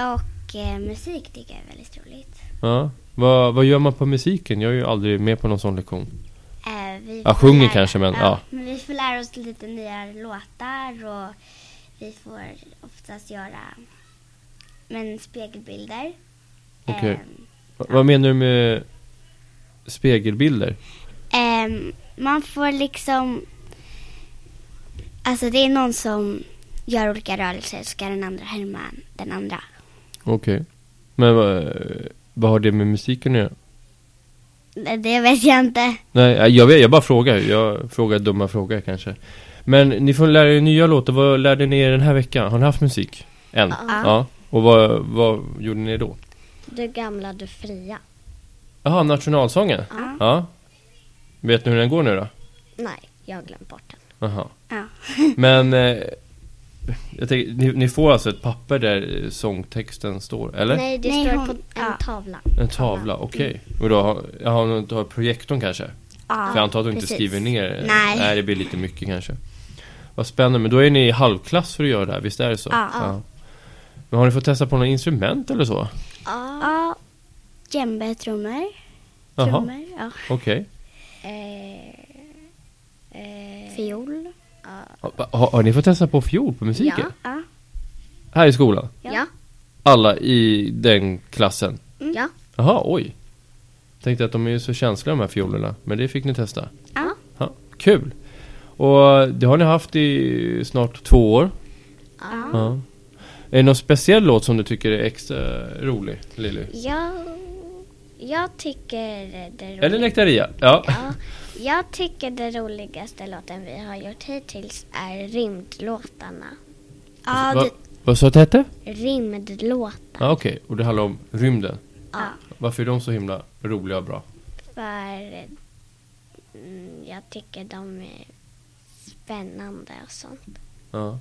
[SPEAKER 5] och eh, musik tycker jag är väldigt roligt.
[SPEAKER 1] Ja. Vad, vad gör man på musiken? Jag är ju aldrig med på någon sån lektion.
[SPEAKER 5] Eh, vi
[SPEAKER 1] Ja,
[SPEAKER 5] får
[SPEAKER 1] sjunger kanske, men, ja.
[SPEAKER 5] Men vi får lära oss lite nya låtar och vi får oftast göra men spegelbilder.
[SPEAKER 1] Okej.
[SPEAKER 5] Ehm,
[SPEAKER 1] Va- Vad menar du med spegelbilder?
[SPEAKER 5] ehm, man får liksom... Alltså det är någon som gör olika rörelser så ska den andra härma den andra.
[SPEAKER 1] Okej. Men vad, vad har det med musiken att göra?
[SPEAKER 5] Det- Det vet jag inte.
[SPEAKER 1] Nej, eh, jag vet, jag bara frågar. Jag frågar dumma frågor kanske. Men ni får lära er nya låtar. Vad lärde ni er den här veckan? Har ni haft musik? Än?
[SPEAKER 3] Ja.
[SPEAKER 1] Och vad, vad gjorde ni då?
[SPEAKER 3] Du gamla, du fria.
[SPEAKER 1] Jaha, nationalsången?
[SPEAKER 5] Ja.
[SPEAKER 1] Ja. Vet ni hur den går nu då?
[SPEAKER 3] Nej, jag har glömt bort den.
[SPEAKER 1] Jaha.
[SPEAKER 5] Ja.
[SPEAKER 1] Men eh, jag tänker, ni, ni får alltså ett papper där eh, sångtexten står, eller?
[SPEAKER 3] Nej, det
[SPEAKER 5] Nej,
[SPEAKER 3] står
[SPEAKER 5] hon-
[SPEAKER 3] på en
[SPEAKER 5] ja.
[SPEAKER 3] tavla.
[SPEAKER 1] En tavla, okej. Och då har, jag har, nog- har projektorn kanske?
[SPEAKER 5] Ja,
[SPEAKER 1] För jag antar att du inte
[SPEAKER 5] precis.
[SPEAKER 1] skriver ner?
[SPEAKER 5] Nej.
[SPEAKER 1] det blir lite mycket kanske. Vad spännande, men då är ni i halvklass för att göra det här, visst är det så?
[SPEAKER 5] Ja.
[SPEAKER 1] Men har ni fått testa på några instrument eller så?
[SPEAKER 5] Ja, djembe, trummor.
[SPEAKER 1] Jaha,
[SPEAKER 5] Trummor, ja.
[SPEAKER 1] okej.
[SPEAKER 5] Eh,
[SPEAKER 3] Fiol.
[SPEAKER 1] Ha- Har, har ni fått testa på fiol på musiken?
[SPEAKER 5] Ja.
[SPEAKER 1] Här i skolan?
[SPEAKER 3] Ja. Ja.
[SPEAKER 1] Alla i den klassen?
[SPEAKER 5] Mm.
[SPEAKER 3] Ja.
[SPEAKER 1] Jaha, oj. Tänkte att de är ju så känsliga de här fiolerna, men det fick ni testa?
[SPEAKER 5] Ja.
[SPEAKER 1] Ja, kul! Och det har ni haft i snart två år? Ja. Är det någon speciell låt som du tycker är extra rolig, Lily?
[SPEAKER 5] Jag, jag tycker det
[SPEAKER 1] Eller
[SPEAKER 5] roligaste,
[SPEAKER 1] Nektaria? Ja.
[SPEAKER 5] ja, jag tycker det roligaste låten vi har gjort hittills är rymdlåtarna.
[SPEAKER 3] Ja,
[SPEAKER 1] Va-
[SPEAKER 3] det,
[SPEAKER 1] Vad sa du att det hette?
[SPEAKER 5] Rymdlåt
[SPEAKER 1] Ja, okej. Och det handlar om rymden?
[SPEAKER 5] Ja.
[SPEAKER 1] Varför är de så himla roliga och bra?
[SPEAKER 5] för mm, jag tycker de är spännande och sånt.
[SPEAKER 1] Ja.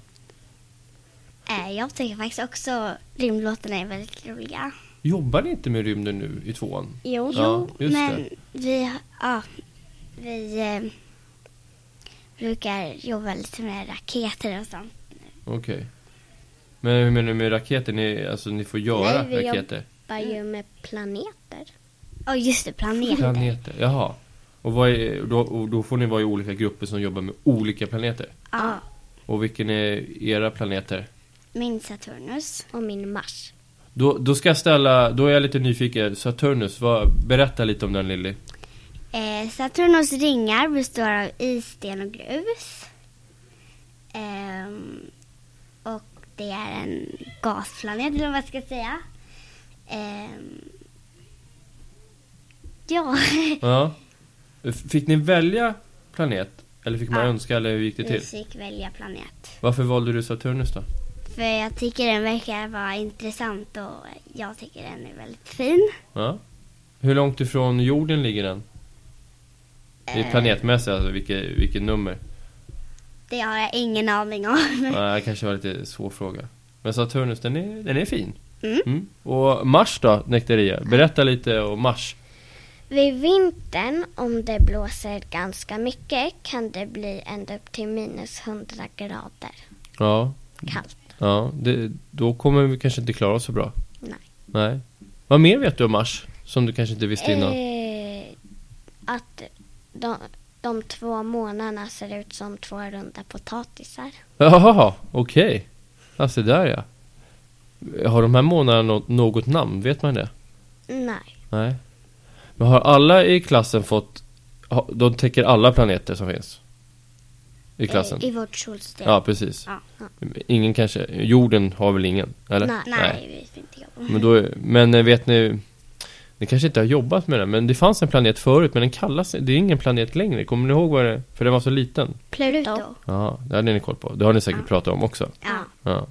[SPEAKER 3] eh, jag tycker faktiskt också rymdlåtarna är väldigt roliga.
[SPEAKER 1] Jobbar ni inte med rymden nu i tvåan?
[SPEAKER 3] Jo,
[SPEAKER 1] Ja, just
[SPEAKER 3] men
[SPEAKER 1] det.
[SPEAKER 3] vi, ja, vi eh, brukar jobba lite med raketer och sånt.
[SPEAKER 1] Okej. Men hur menar du med raketer? Ni, alltså, ni får göra
[SPEAKER 5] Nej, vi jobb-
[SPEAKER 1] raketer?
[SPEAKER 5] Bara
[SPEAKER 3] Mm.
[SPEAKER 5] ju med planeter.
[SPEAKER 3] Och just det, planeter.
[SPEAKER 1] Planeter, jaha. Och, vad är, och, då, och då får ni vara i olika grupper som jobbar med olika planeter?
[SPEAKER 3] Ja,
[SPEAKER 1] Och vilken är era planeter?
[SPEAKER 3] min Saturnus.
[SPEAKER 5] Och min Mars.
[SPEAKER 1] Då, då ska jag ställa, då är jag lite nyfiken. Saturnus, vad, berätta lite om den Lilly.
[SPEAKER 3] Eh, Saturnus ringar består av issten och grus. Ehm, och det är en gasplanet, eller vad man ska säga. Ehm, ja,
[SPEAKER 1] Ja. Eh, Fick ni välja planet? Eller fick man
[SPEAKER 3] Ja.
[SPEAKER 1] önska eller hur gick det
[SPEAKER 3] vi
[SPEAKER 1] till?
[SPEAKER 3] fick välja planet.
[SPEAKER 1] Varför valde du Saturnus då?
[SPEAKER 3] För jag tycker den verkar vara intressant och jag tycker den är väldigt fin.
[SPEAKER 1] Ja. Hur långt ifrån jorden ligger den? I planetmässigt alltså, vilket, vilket nummer?
[SPEAKER 3] Det har jag ingen aning om.
[SPEAKER 1] Nej, det kanske var lite svår fråga. Men Saturnus, den är, den är fin.
[SPEAKER 3] Mm.
[SPEAKER 1] Och Mars då, Nektaria? Berätta lite om Mars.
[SPEAKER 5] Vid vintern, om det blåser ganska mycket, kan det bli ända upp till minus 100 grader
[SPEAKER 1] Ja,
[SPEAKER 5] kallt.
[SPEAKER 1] ja det, då kommer vi kanske inte klara oss så bra.
[SPEAKER 5] Nej.
[SPEAKER 1] Nej. Vad mer vet du om Mars? Som du kanske inte visste innan?
[SPEAKER 5] Eh, att de, de två månaderna ser ut som två runda potatisar.
[SPEAKER 1] Jaha, okej. Ja, se där ja. Har de här månaderna något, något namn? Vet man det?
[SPEAKER 5] Nej.
[SPEAKER 1] Nej. Men har alla i klassen fått... ha- De täcker alla planeter som finns? I klassen?
[SPEAKER 3] Eh,
[SPEAKER 5] eh,
[SPEAKER 3] I vårt solsystem.
[SPEAKER 1] Ja, precis.
[SPEAKER 3] Ja.
[SPEAKER 1] Ingen kanske... Jorden har väl ingen? Eller?
[SPEAKER 5] Nej.
[SPEAKER 3] Nej, vi vet inte jag.
[SPEAKER 1] Men, då, men eh, vet ni... Ni kanske inte har jobbat med den, men det fanns en planet förut, men den kallas... Det är ingen planet längre. Kommer ni ihåg vad det... För den var så liten.
[SPEAKER 3] Pluto.
[SPEAKER 1] Ja, det hade ni koll på. Det har ni säkert pratat om också.
[SPEAKER 3] Ja.
[SPEAKER 1] Ja.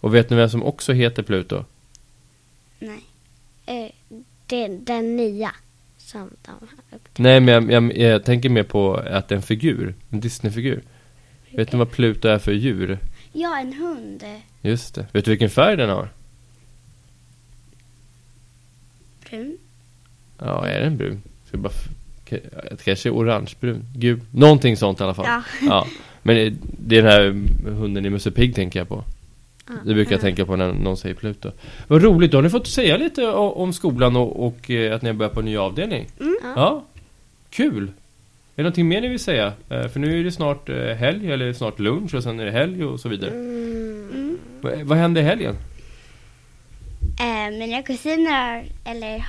[SPEAKER 1] Och vet ni vem som också heter Pluto?
[SPEAKER 3] Nej.
[SPEAKER 5] Eh, det, den nya som de har upptäckt.
[SPEAKER 1] Nej, men jag, jag, jag tänker mer på att det är en figur. En Disney-figur. Vet ni vad Pluto är för djur?
[SPEAKER 3] Ja, en hund.
[SPEAKER 1] Just det. Vet du vilken färg den har?
[SPEAKER 3] Brun.
[SPEAKER 1] Ja, är den brun? Ska jag bara f- k- ja, kanske är orangebrun, gul, någonting sånt i alla fall.
[SPEAKER 3] Ja.
[SPEAKER 1] Men det- det är den här hunden i Musse Pigg tänker jag på. Det brukar jag tänka på när någon säger Pluto. Vad roligt, då har ni fått säga lite o- om skolan och, och eh, att ni har börjat på en ny avdelning.
[SPEAKER 5] Ja.
[SPEAKER 1] Ja, kul! Är det någonting mer ni vill säga? Eh, För nu är det snart eh, helg, eller snart lunch och sen är det helg och så vidare. Va- Vad händer i helgen?
[SPEAKER 3] Eh, mina kusiner har, eller,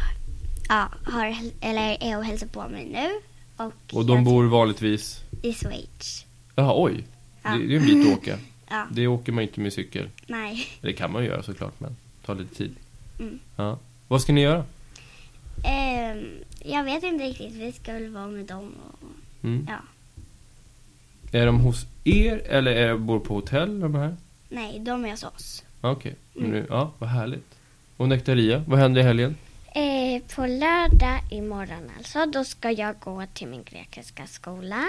[SPEAKER 3] ja, har, eller är och hälsar på mig nu. Och,
[SPEAKER 1] Och de
[SPEAKER 3] jag-
[SPEAKER 1] bor vanligtvis...
[SPEAKER 3] i Schweiz.
[SPEAKER 1] Jaha, oj!
[SPEAKER 3] Ja.
[SPEAKER 1] Det, det är en bit att åka.
[SPEAKER 3] Ja.
[SPEAKER 1] Det åker man ju inte med cykel.
[SPEAKER 3] Nej.
[SPEAKER 1] Det kan man ju göra såklart, men det tar lite tid.
[SPEAKER 3] Mm.
[SPEAKER 1] Ja. Vad ska ni göra?
[SPEAKER 3] Ehm, jag vet inte riktigt. Vi ska väl vara med dem. Och,
[SPEAKER 1] Mm.
[SPEAKER 3] ja.
[SPEAKER 1] Är de hos er eller är de bor på hotell? De här?
[SPEAKER 3] Nej, de är hos oss.
[SPEAKER 1] Ja, Okej,
[SPEAKER 3] Mm.
[SPEAKER 1] Men nu- ja, vad härligt. Och Nektaria, vad händer i helgen?
[SPEAKER 5] Eh, på lördag imorgon alltså, då ska jag gå till min grekiska skola.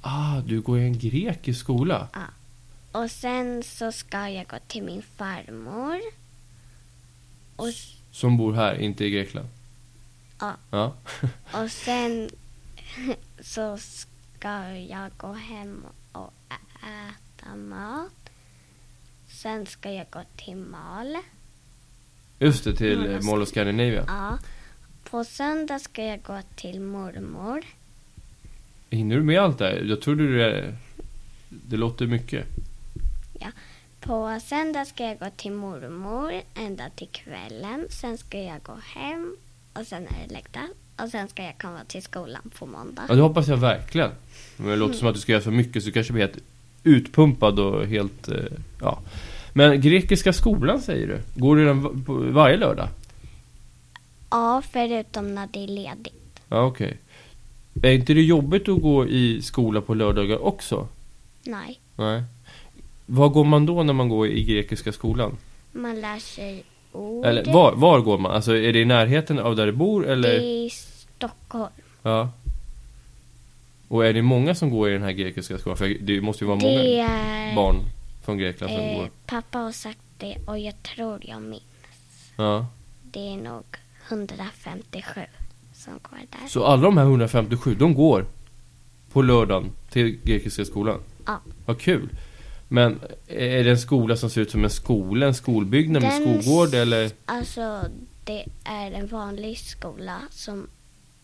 [SPEAKER 1] Ah, du går i en grekisk skola.
[SPEAKER 5] Och sen så ska jag gå till min farmor. Och,
[SPEAKER 1] Som bor här, inte i Grekland.
[SPEAKER 5] Ja.
[SPEAKER 1] ja.
[SPEAKER 5] och sen så ska jag gå hem och ä- äta mat. Sen ska jag gå till Mal.
[SPEAKER 1] Just det, till
[SPEAKER 3] Mm.
[SPEAKER 1] eh, Mall of Scandinavia.
[SPEAKER 5] Ja. På söndag ska jag gå till mormor.
[SPEAKER 1] Hinner du med allt det här? Jag trodde det... Det låter mycket.
[SPEAKER 5] På söndag ska jag gå till mormor ända till kvällen. Sen ska jag gå hem och sen är det läktaren. Och sen ska jag komma till skolan på måndag.
[SPEAKER 1] Ja, det hoppas jag verkligen. Men det låter som att du ska göra så mycket så du kanske blir helt utpumpad och helt, eh, ja. Men Grekiska skolan säger du? Går du den va- på- varje lördag?
[SPEAKER 5] Ja, förutom när det är ledigt.
[SPEAKER 1] Ja, okej. Är inte det jobbigt att gå i skola på lördagar också?
[SPEAKER 5] Nej,
[SPEAKER 1] Nej. Vad går man då när man går i Grekiska skolan?
[SPEAKER 5] man lär sig ord.
[SPEAKER 1] Eller var, var går man? Alltså är det i närheten av där du bor eller?
[SPEAKER 5] I Stockholm.
[SPEAKER 1] Ja. Och är det många som går i den här grekiska skolan? För det måste ju vara
[SPEAKER 5] det
[SPEAKER 1] många
[SPEAKER 5] är...
[SPEAKER 1] barn från Grekland som
[SPEAKER 5] eh,
[SPEAKER 1] går.
[SPEAKER 5] pappa har sagt det och jag tror jag minns.
[SPEAKER 1] Ja.
[SPEAKER 5] Det är nog 157 som går där.
[SPEAKER 1] Så alla de här 157, de går på lördagen till grekiska skolan?
[SPEAKER 5] Ja.
[SPEAKER 1] Vad kul. Men är det en skola som ser ut som en skola? En skolbyggnad med
[SPEAKER 5] Den
[SPEAKER 1] skolgård
[SPEAKER 5] s-
[SPEAKER 1] eller?
[SPEAKER 5] Alltså, det är en vanlig skola som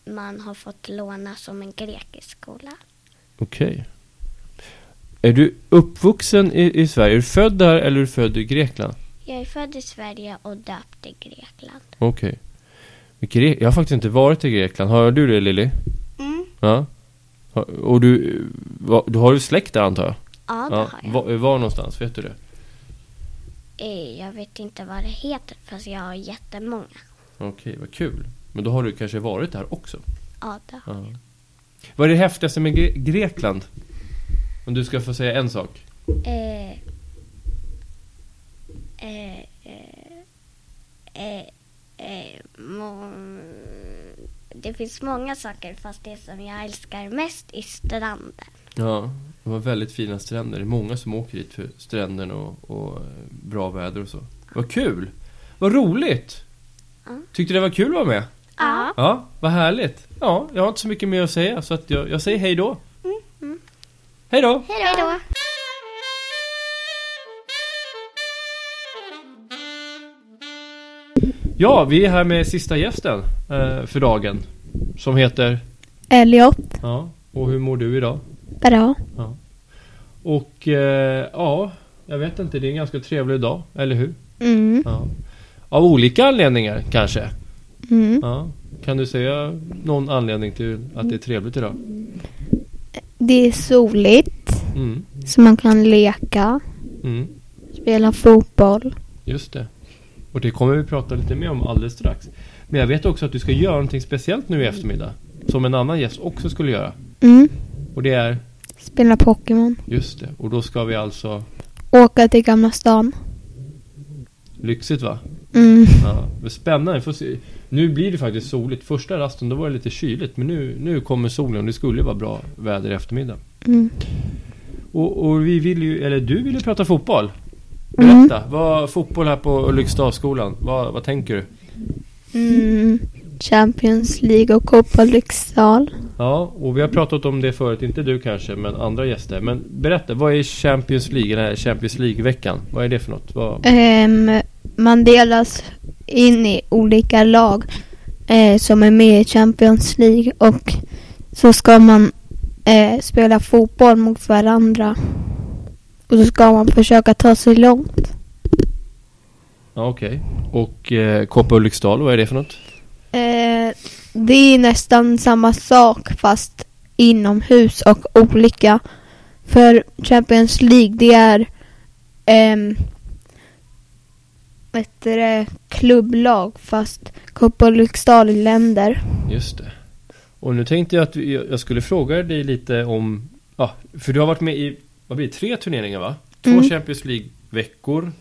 [SPEAKER 5] man har fått låna som en grekisk skola.
[SPEAKER 1] Okej. Är du uppvuxen i, i Sverige? Är du född där eller är du född i Grekland?
[SPEAKER 5] Jag är född i Sverige och döpt i Grekland.
[SPEAKER 1] Okej. Gre- Jag har faktiskt inte varit i Grekland. Har du det Lilly?
[SPEAKER 6] Mm.
[SPEAKER 1] Ja. Ha- Och du, eh, va, du har ju släkt där antar jag?
[SPEAKER 5] Ja, det har jag.
[SPEAKER 1] Var, var någonstans? Vet du det?
[SPEAKER 5] Eh, Jag vet inte vad det heter fast jag har jättemånga.
[SPEAKER 1] Okej, vad kul. Men då har du kanske varit där också?
[SPEAKER 5] Ja, det har
[SPEAKER 1] Ja. Vad är det häftigaste med Gre- Grekland? Om du ska få säga en sak.
[SPEAKER 5] Eh, eh, eh, eh, eh, må, det finns många saker fast det som jag älskar mest är stranden.
[SPEAKER 1] Ja, de har väldigt fina stränder. Det är många som åker dit för stränderna och, och eh, bra väder och så. Vad kul! Vad roligt!
[SPEAKER 5] Ja.
[SPEAKER 1] Tyckte det var kul att vara med?
[SPEAKER 5] Ja.
[SPEAKER 1] Ja, vad härligt. Ja, jag har inte så mycket mer att säga så att jag, jag säger hej då. Hej då!
[SPEAKER 3] Hej då!
[SPEAKER 1] Ja, vi är här med sista gästen eh, för dagen. Som heter?
[SPEAKER 7] Elliot.
[SPEAKER 1] Ja. Och hur mår du idag?
[SPEAKER 7] Bra.
[SPEAKER 1] Och eh, ja, jag vet inte. Det är en ganska trevlig dag, eller hur?
[SPEAKER 7] Mm.
[SPEAKER 1] Ja. Av olika anledningar kanske?
[SPEAKER 7] Mm.
[SPEAKER 1] Ja. Kan du säga någon anledning till att det är trevligt idag?
[SPEAKER 7] Det är soligt,
[SPEAKER 1] Mm.
[SPEAKER 7] så man kan leka,
[SPEAKER 1] Mm.
[SPEAKER 7] spela fotboll.
[SPEAKER 1] Just det. Och det kommer vi prata lite mer om alldeles strax. Men jag vet också att du ska göra någonting speciellt nu i eftermiddag. Som en annan gäst också skulle göra.
[SPEAKER 7] Mm.
[SPEAKER 1] Och det är,
[SPEAKER 7] Spela Pokémon.
[SPEAKER 1] just det. Och då ska vi alltså,
[SPEAKER 7] Åka till Gamla stan.
[SPEAKER 1] lyxigt va?
[SPEAKER 7] Mm.
[SPEAKER 1] Ja, men spännande. Får se. Nu blir det faktiskt soligt. Första rasten då var det lite kyligt. Men nu, nu kommer solen och det skulle ju vara bra väder i eftermiddag.
[SPEAKER 7] Mm.
[SPEAKER 1] Och, och vi vill ju, eller du ville prata fotboll.
[SPEAKER 7] Mm.
[SPEAKER 1] Berätta, vad, fotboll här på Ulriksdalsskolan. Vad, vad tänker du?
[SPEAKER 7] Mm. Champions League och Copa Lyxdal.
[SPEAKER 1] Ja, och vi har pratat om det förut, inte du kanske, men andra gäster. Men berätta, vad är Champions League, den här Champions League-veckan? Vad är det för något? Vad...
[SPEAKER 7] Ehm, man delas in i olika lag eh, som är med i Champions League och så ska man eh, spela fotboll mot varandra. Och så ska man försöka ta sig långt.
[SPEAKER 1] Ja, okej. Och eh, Copa Ulriksdal, vad är det för något?
[SPEAKER 7] Eh, det är nästan samma sak fast inomhus och olika. För Champions League det är ehm, vad heter det, klubblag fast Copa Lyxdal i länder.
[SPEAKER 1] Just det. Och nu tänkte jag att vi- jag skulle fråga dig lite om, ja, för du har varit med i, vad blir det, tre turneringar va? Två
[SPEAKER 7] Mm.
[SPEAKER 1] Champions League-veckor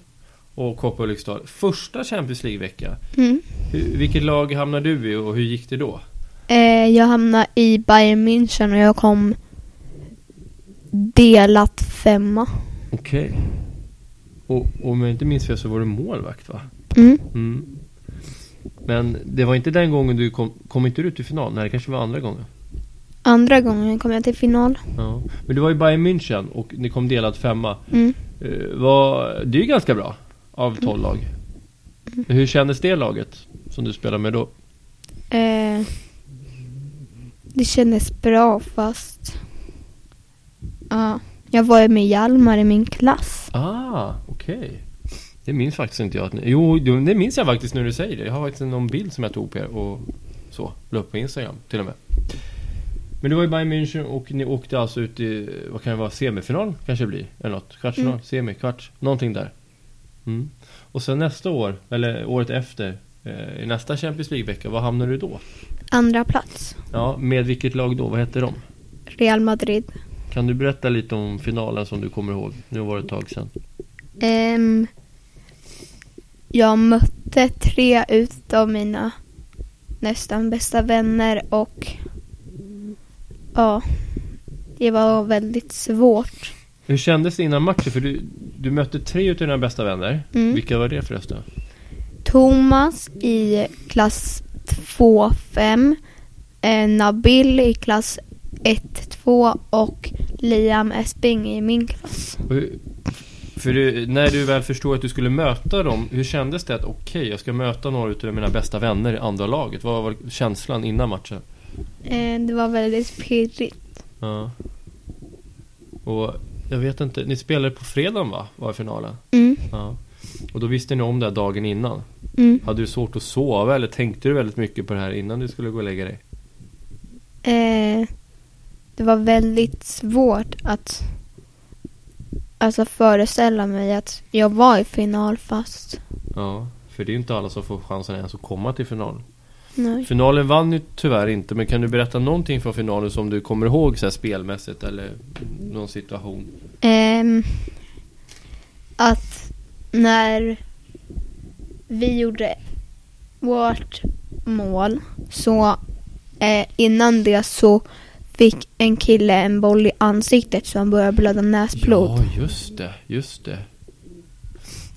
[SPEAKER 1] och Copa Ulriksdal. Första Champions League-vecka,
[SPEAKER 7] Mm.
[SPEAKER 1] hur- vilket lag hamnade du i och hur gick det då?
[SPEAKER 7] Eh, jag hamnade i Bayern München och jag kom delat femma.
[SPEAKER 1] Okej. Och och om jag inte minns fel så var du målvakt va?
[SPEAKER 7] Mm.
[SPEAKER 1] Mm. Men det var inte den gången du kom, kom inte du ut i final? Nej, det kanske var andra gången?
[SPEAKER 7] Andra gången kom jag till final.
[SPEAKER 1] Ja. Men du var i Bayern München och ni kom delad femma.
[SPEAKER 7] Mm.
[SPEAKER 1] Eh, var, det är ju ganska bra av 12 lag. Hur kändes det laget som du spelade med då?
[SPEAKER 7] Eh, det kändes bra fast... Ja, jag var ju med Hjalmar i min klass.
[SPEAKER 1] Ah, okej. Det minns faktiskt inte jag. att ni- Jo, jo, det minns jag faktiskt när du säger det. Jag har faktiskt någon bild som jag tog på er och så. La upp på Instagram till och med. Men det var ju Bayern München och ni åkte alltså ut i, vad kan det vara, semifinal kanske det blir? Eller något, kvartsfinal, semi, kvarts, någonting där. Mm. Och sen nästa år, eller året efter, eh, i nästa Champions League-vecka, vad hamnar du då?
[SPEAKER 7] Andra plats.
[SPEAKER 1] Ja, med vilket lag då? Vad hette de?
[SPEAKER 7] Real Madrid.
[SPEAKER 1] Kan du berätta lite om finalen som du kommer ihåg? Nu var det ett tag sedan.
[SPEAKER 7] Ehm, jag mötte tre utav mina nästan bästa vänner och ja, det var väldigt svårt.
[SPEAKER 1] Hur kändes det innan matchen? För du, du mötte tre utav dina bästa vänner.
[SPEAKER 7] Mm.
[SPEAKER 1] Vilka var det förresten?
[SPEAKER 7] Thomas i klass 2-5, eh, Nabil i klass 1-2 och Liam Esping i min klass.
[SPEAKER 1] Och hur- För du, när du väl förstod att du skulle möta dem, hur kändes det att okej, jag ska möta några utav mina bästa vänner i andra laget? Vad var känslan innan matchen?
[SPEAKER 7] Eh, det var väldigt pirrigt.
[SPEAKER 1] Ja. Och jag vet inte, ni spelade på fredagen va? Var finalen?
[SPEAKER 7] Mm,
[SPEAKER 1] Ja. Och då visste ni om det här dagen innan.
[SPEAKER 7] mm.
[SPEAKER 1] Hade du svårt att sova eller tänkte du väldigt mycket på det här innan du skulle gå och lägga dig?
[SPEAKER 7] Eh, det var väldigt svårt att alltså föreställa mig att jag var i final fast
[SPEAKER 1] Ja, för det är ju inte alla som får chansen ens att komma till final.
[SPEAKER 7] nej.
[SPEAKER 1] Finalen vann ju tyvärr inte, men kan du berätta någonting från finalen som du kommer ihåg så här spelmässigt eller någon situation?
[SPEAKER 7] Ehm, att när vi gjorde vårt mål så eh, innan det så fick en kille en boll i ansiktet så han började blöda näsblod.
[SPEAKER 1] Ja, just det, just det.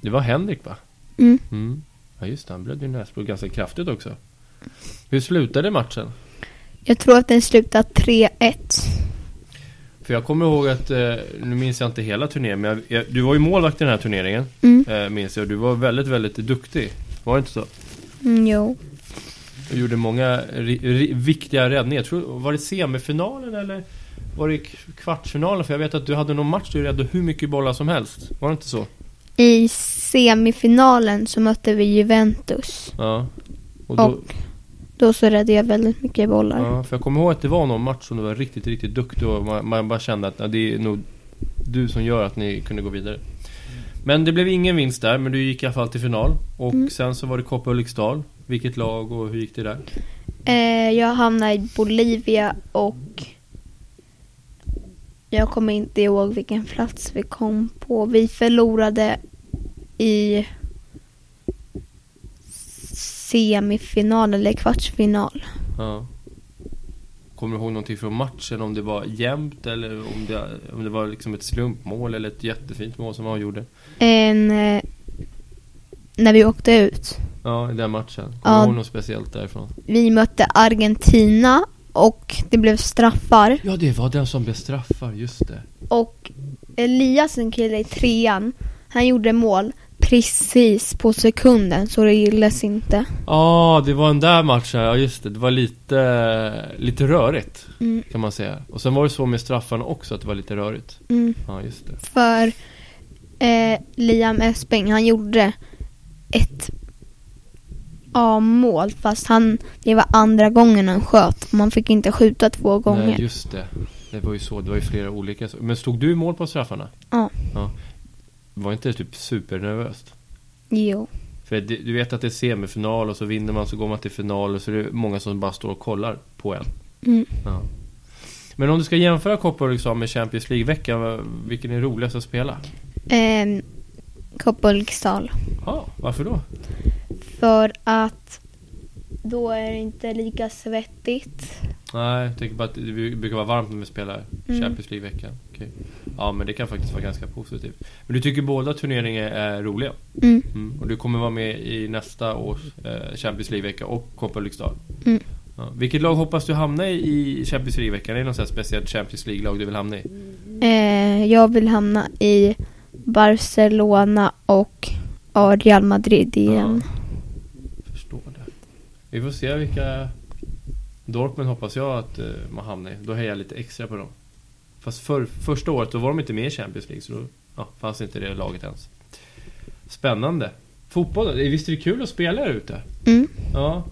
[SPEAKER 1] Det var Henrik va?
[SPEAKER 7] Mm.
[SPEAKER 1] Ja just det, han blödde ju näsblod ganska kraftigt också. Hur slutade matchen?
[SPEAKER 7] Jag tror att den slutade 3-1.
[SPEAKER 1] För jag kommer ihåg att, eh, nu minns jag inte hela turneringen, men jag, jag, du var ju målvakt i den här turneringen.
[SPEAKER 7] Mm.
[SPEAKER 1] Eh, minns jag, och du var väldigt, väldigt duktig. Var det inte så?
[SPEAKER 7] Mm, jo.
[SPEAKER 1] Du gjorde många ri, ri, viktiga räddningar. Jag tror, var det semifinalen eller var det k- kvartsfinalen? För jag vet att du hade någon match där du räddade hur mycket bollar som helst. Var det inte så?
[SPEAKER 7] I semifinalen så mötte vi Juventus.
[SPEAKER 1] Ja. Och då,
[SPEAKER 7] Och- Då så räddade jag väldigt mycket bollar.
[SPEAKER 1] ja, för jag kommer ihåg att det var någon match som du var riktigt, riktigt duktig och man, man bara kände att ja, det är nog du som gör att ni kunde gå vidare. Men det blev ingen vinst där, men du gick i alla fall till final. Och sen så var det Copa Ulriksdal. Vilket lag och hur gick det där?
[SPEAKER 7] Eh, jag hamnade i Bolivia och jag kommer inte ihåg vilken plats vi kom på. Vi förlorade i semifinal eller kvartsfinal.
[SPEAKER 1] Ja. Kommer du ihåg någonting från matchen? Om det var jämnt eller om det, om det var liksom ett slumpmål eller ett jättefint mål som han gjorde?
[SPEAKER 7] En, eh, när vi åkte ut.
[SPEAKER 1] Ja, i den matchen. Kommer
[SPEAKER 7] Ja.
[SPEAKER 1] du ihåg något speciellt därifrån?
[SPEAKER 7] Vi mötte Argentina och det blev straffar.
[SPEAKER 1] Ja, det var den som bestraffar, just det.
[SPEAKER 7] Och Elias, en kille i trean, han gjorde mål precis på sekunden så det gillas inte.
[SPEAKER 1] Ja, det var den där matchen. Ja, just det. Det var lite, lite rörigt.
[SPEAKER 7] Mm.
[SPEAKER 1] Kan man säga. Och sen var det så med straffarna också, att det var lite rörigt.
[SPEAKER 7] Mm.
[SPEAKER 1] Ja, just det.
[SPEAKER 7] För eh, Liam Esping, han gjorde ett A-mål fast han, det var andra gången han sköt. Man fick inte skjuta två gånger.
[SPEAKER 1] Nej, just det. Det var ju så. Det var ju flera olika. Men stod du i mål på straffarna?
[SPEAKER 7] Ja.
[SPEAKER 1] ja. Var inte det typ supernervöst?
[SPEAKER 7] Jo.
[SPEAKER 1] För det, du vet att det är semifinal och så vinner man så går man till final och så är det många som bara står och kollar på en.
[SPEAKER 7] Mm.
[SPEAKER 1] Ja. Men om du ska jämföra Copa liksom med Champions League-veckan, vad- vilken är roligast att spela?
[SPEAKER 7] Eh, Copa Ulriksdal.
[SPEAKER 1] Ja, varför då?
[SPEAKER 7] För att då är det inte lika svettigt.
[SPEAKER 1] Nej, jag tänker bara att det brukar vara varmt när vi spelar
[SPEAKER 7] Mm.
[SPEAKER 1] Champions League-veckan. Okej. Ja, men det kan faktiskt vara ganska positivt. Men du tycker båda turneringar är roliga?
[SPEAKER 7] Mm.
[SPEAKER 1] Mm. Och du kommer vara med i nästa års eh, Champions League-vecka och Copa Lyxdal.
[SPEAKER 7] Mm.
[SPEAKER 1] Ja. Vilket lag hoppas du hamna i i Champions League-veckan? Är det något sånt här speciellt Champions League-lag du vill hamna i?
[SPEAKER 7] Eh, jag vill hamna i Barcelona och ja, Real Madrid igen.
[SPEAKER 1] Ja, förstår det. Vi får se vilka Dortmund hoppas jag att eh, man hamnar i. Då hejar jag lite extra på dem. Fast för, första året då var de inte med i Champions League så då ja, fanns inte det laget ens. Spännande. Fotboll, visst är det kul att spela här ute?
[SPEAKER 7] Mm.
[SPEAKER 1] Ja.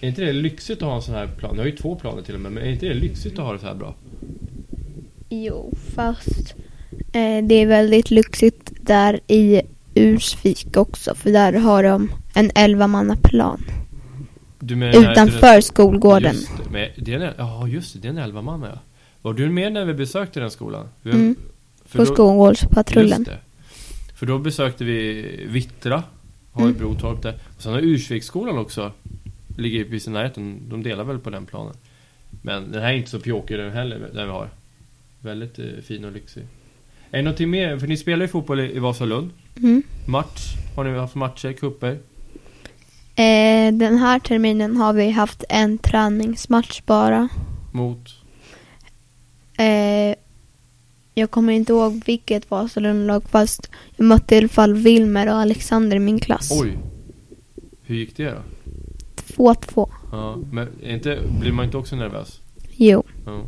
[SPEAKER 1] Är inte det lyxigt att ha en sån här plan? Jag har ju två planer till och med, men är inte det lyxigt att ha det så här bra?
[SPEAKER 7] Jo, fast eh, det är väldigt lyxigt där i Ursvik också för där har de en 11-mannaplan
[SPEAKER 1] Du menar
[SPEAKER 7] utanför skolgården.
[SPEAKER 1] Eh, Just det, men det är en, ja, just det, det är en elvamanna ja. Var du med när vi besökte den skolan? Vi,
[SPEAKER 7] Mm,
[SPEAKER 1] för
[SPEAKER 7] På
[SPEAKER 1] då-
[SPEAKER 7] skolgårdspatrullen.
[SPEAKER 1] Just det. För då besökte vi Vittra, har ju Brotorp där. Och sen har Ursviksskolan också, ligger ju precis i närheten. De delar väl på den planen. Men den här är inte så pjåkig den heller, den vi har. Väldigt eh, fin och lyxig. Är det någonting mer? För ni spelar ju fotboll i i Vasalund.
[SPEAKER 7] Mm.
[SPEAKER 1] Match, har ni haft matcher, cuper?
[SPEAKER 7] Eh, den här terminen har vi haft en träningsmatch bara.
[SPEAKER 1] Mot?
[SPEAKER 7] Eh, jag kommer inte ihåg vilket Vasalundlag fast jag mötte i alla fall Wilmer och Alexander i min klass.
[SPEAKER 1] Oj! Hur gick det då?
[SPEAKER 7] 2-2.
[SPEAKER 1] Ja, men är inte, blir man inte också nervös?
[SPEAKER 7] Jo.
[SPEAKER 1] Ja.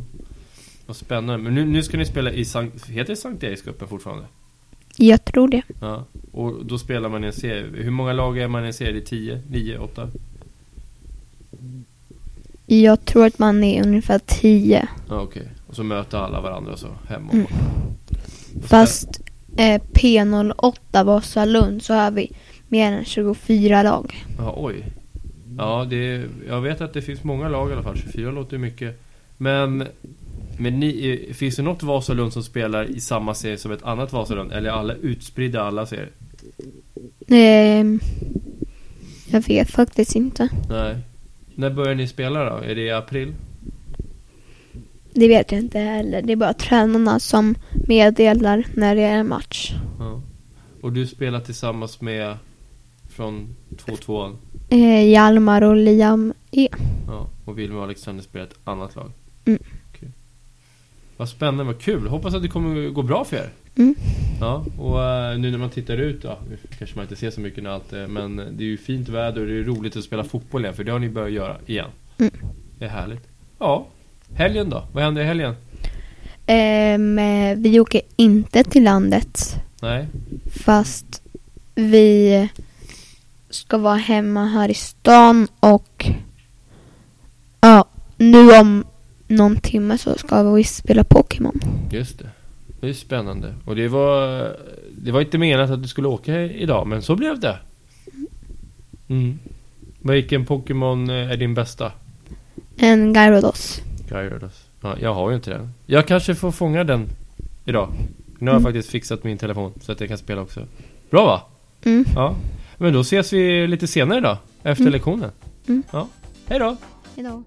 [SPEAKER 1] Vad spännande. Men nu, nu ska ni spela i Sankt... Heter det Sankt Erikscupen fortfarande?
[SPEAKER 7] Jag tror det.
[SPEAKER 1] Ja, och då spelar man i en serie. Hur många lag är man i en serie? Det är 10, 9, 8?
[SPEAKER 7] Jag tror att man är ungefär 10.
[SPEAKER 1] Ja, okej. Och så möter alla varandra så, hemma och
[SPEAKER 7] Mm.
[SPEAKER 1] borta. Och
[SPEAKER 7] Fast eh, P08 Vasalund så har vi mer än 24 lag.
[SPEAKER 1] spel- Ja, oj. Ja, det är, jag vet att det finns många lag i alla fall. 24 låter ju mycket. Men, men ni, eh, finns det något Vasalund som spelar i samma serie som ett annat Vasalund? Eller är alla utspridda i alla serier?
[SPEAKER 7] Ehm, jag vet faktiskt inte.
[SPEAKER 1] Nej. När börjar ni spela då? Är det i april?
[SPEAKER 7] Det vet jag inte heller. Det är bara tränarna som meddelar när det är en match.
[SPEAKER 1] Ja. Och du spelar tillsammans med från 2-2?
[SPEAKER 7] Eh, Hjalmar och Liam E.
[SPEAKER 1] Ja, och Wilma och Alexander spelar ett annat lag.
[SPEAKER 7] Mm.
[SPEAKER 1] Okej. Vad spännande, vad kul. Hoppas att det kommer gå bra för er.
[SPEAKER 7] Mm.
[SPEAKER 1] Ja, och eh, nu när man tittar ut, ja, nu kanske man inte ser så mycket när allt är, men det är ju fint väder och det är roligt att spela fotboll igen, för det har ni börjat göra igen.
[SPEAKER 7] Mm.
[SPEAKER 1] Det är härligt. Ja, helgen då? Vad händer i helgen?
[SPEAKER 7] Ehm, eh, vi åker inte till landet
[SPEAKER 1] Nej,
[SPEAKER 7] fast vi ska vara hemma här i stan och ja, nu om någon timme så ska vi spela Pokémon.
[SPEAKER 1] just det. Det är spännande. Och det var, det var inte menat att du skulle åka idag, men så blev det. Mm. Vilken Pokémon eh, är din bästa?
[SPEAKER 7] En Gyarados.
[SPEAKER 1] Gyarados. Ja, jag har ju inte den. Jag kanske får fånga den idag. Nu har jag faktiskt fixat min telefon så att jag kan spela också. Bra va?
[SPEAKER 7] Mm.
[SPEAKER 1] Ja. Men då ses vi lite senare då. Efter lektionen.
[SPEAKER 7] Mm.
[SPEAKER 1] Ja. Hej då.
[SPEAKER 7] Hejdå.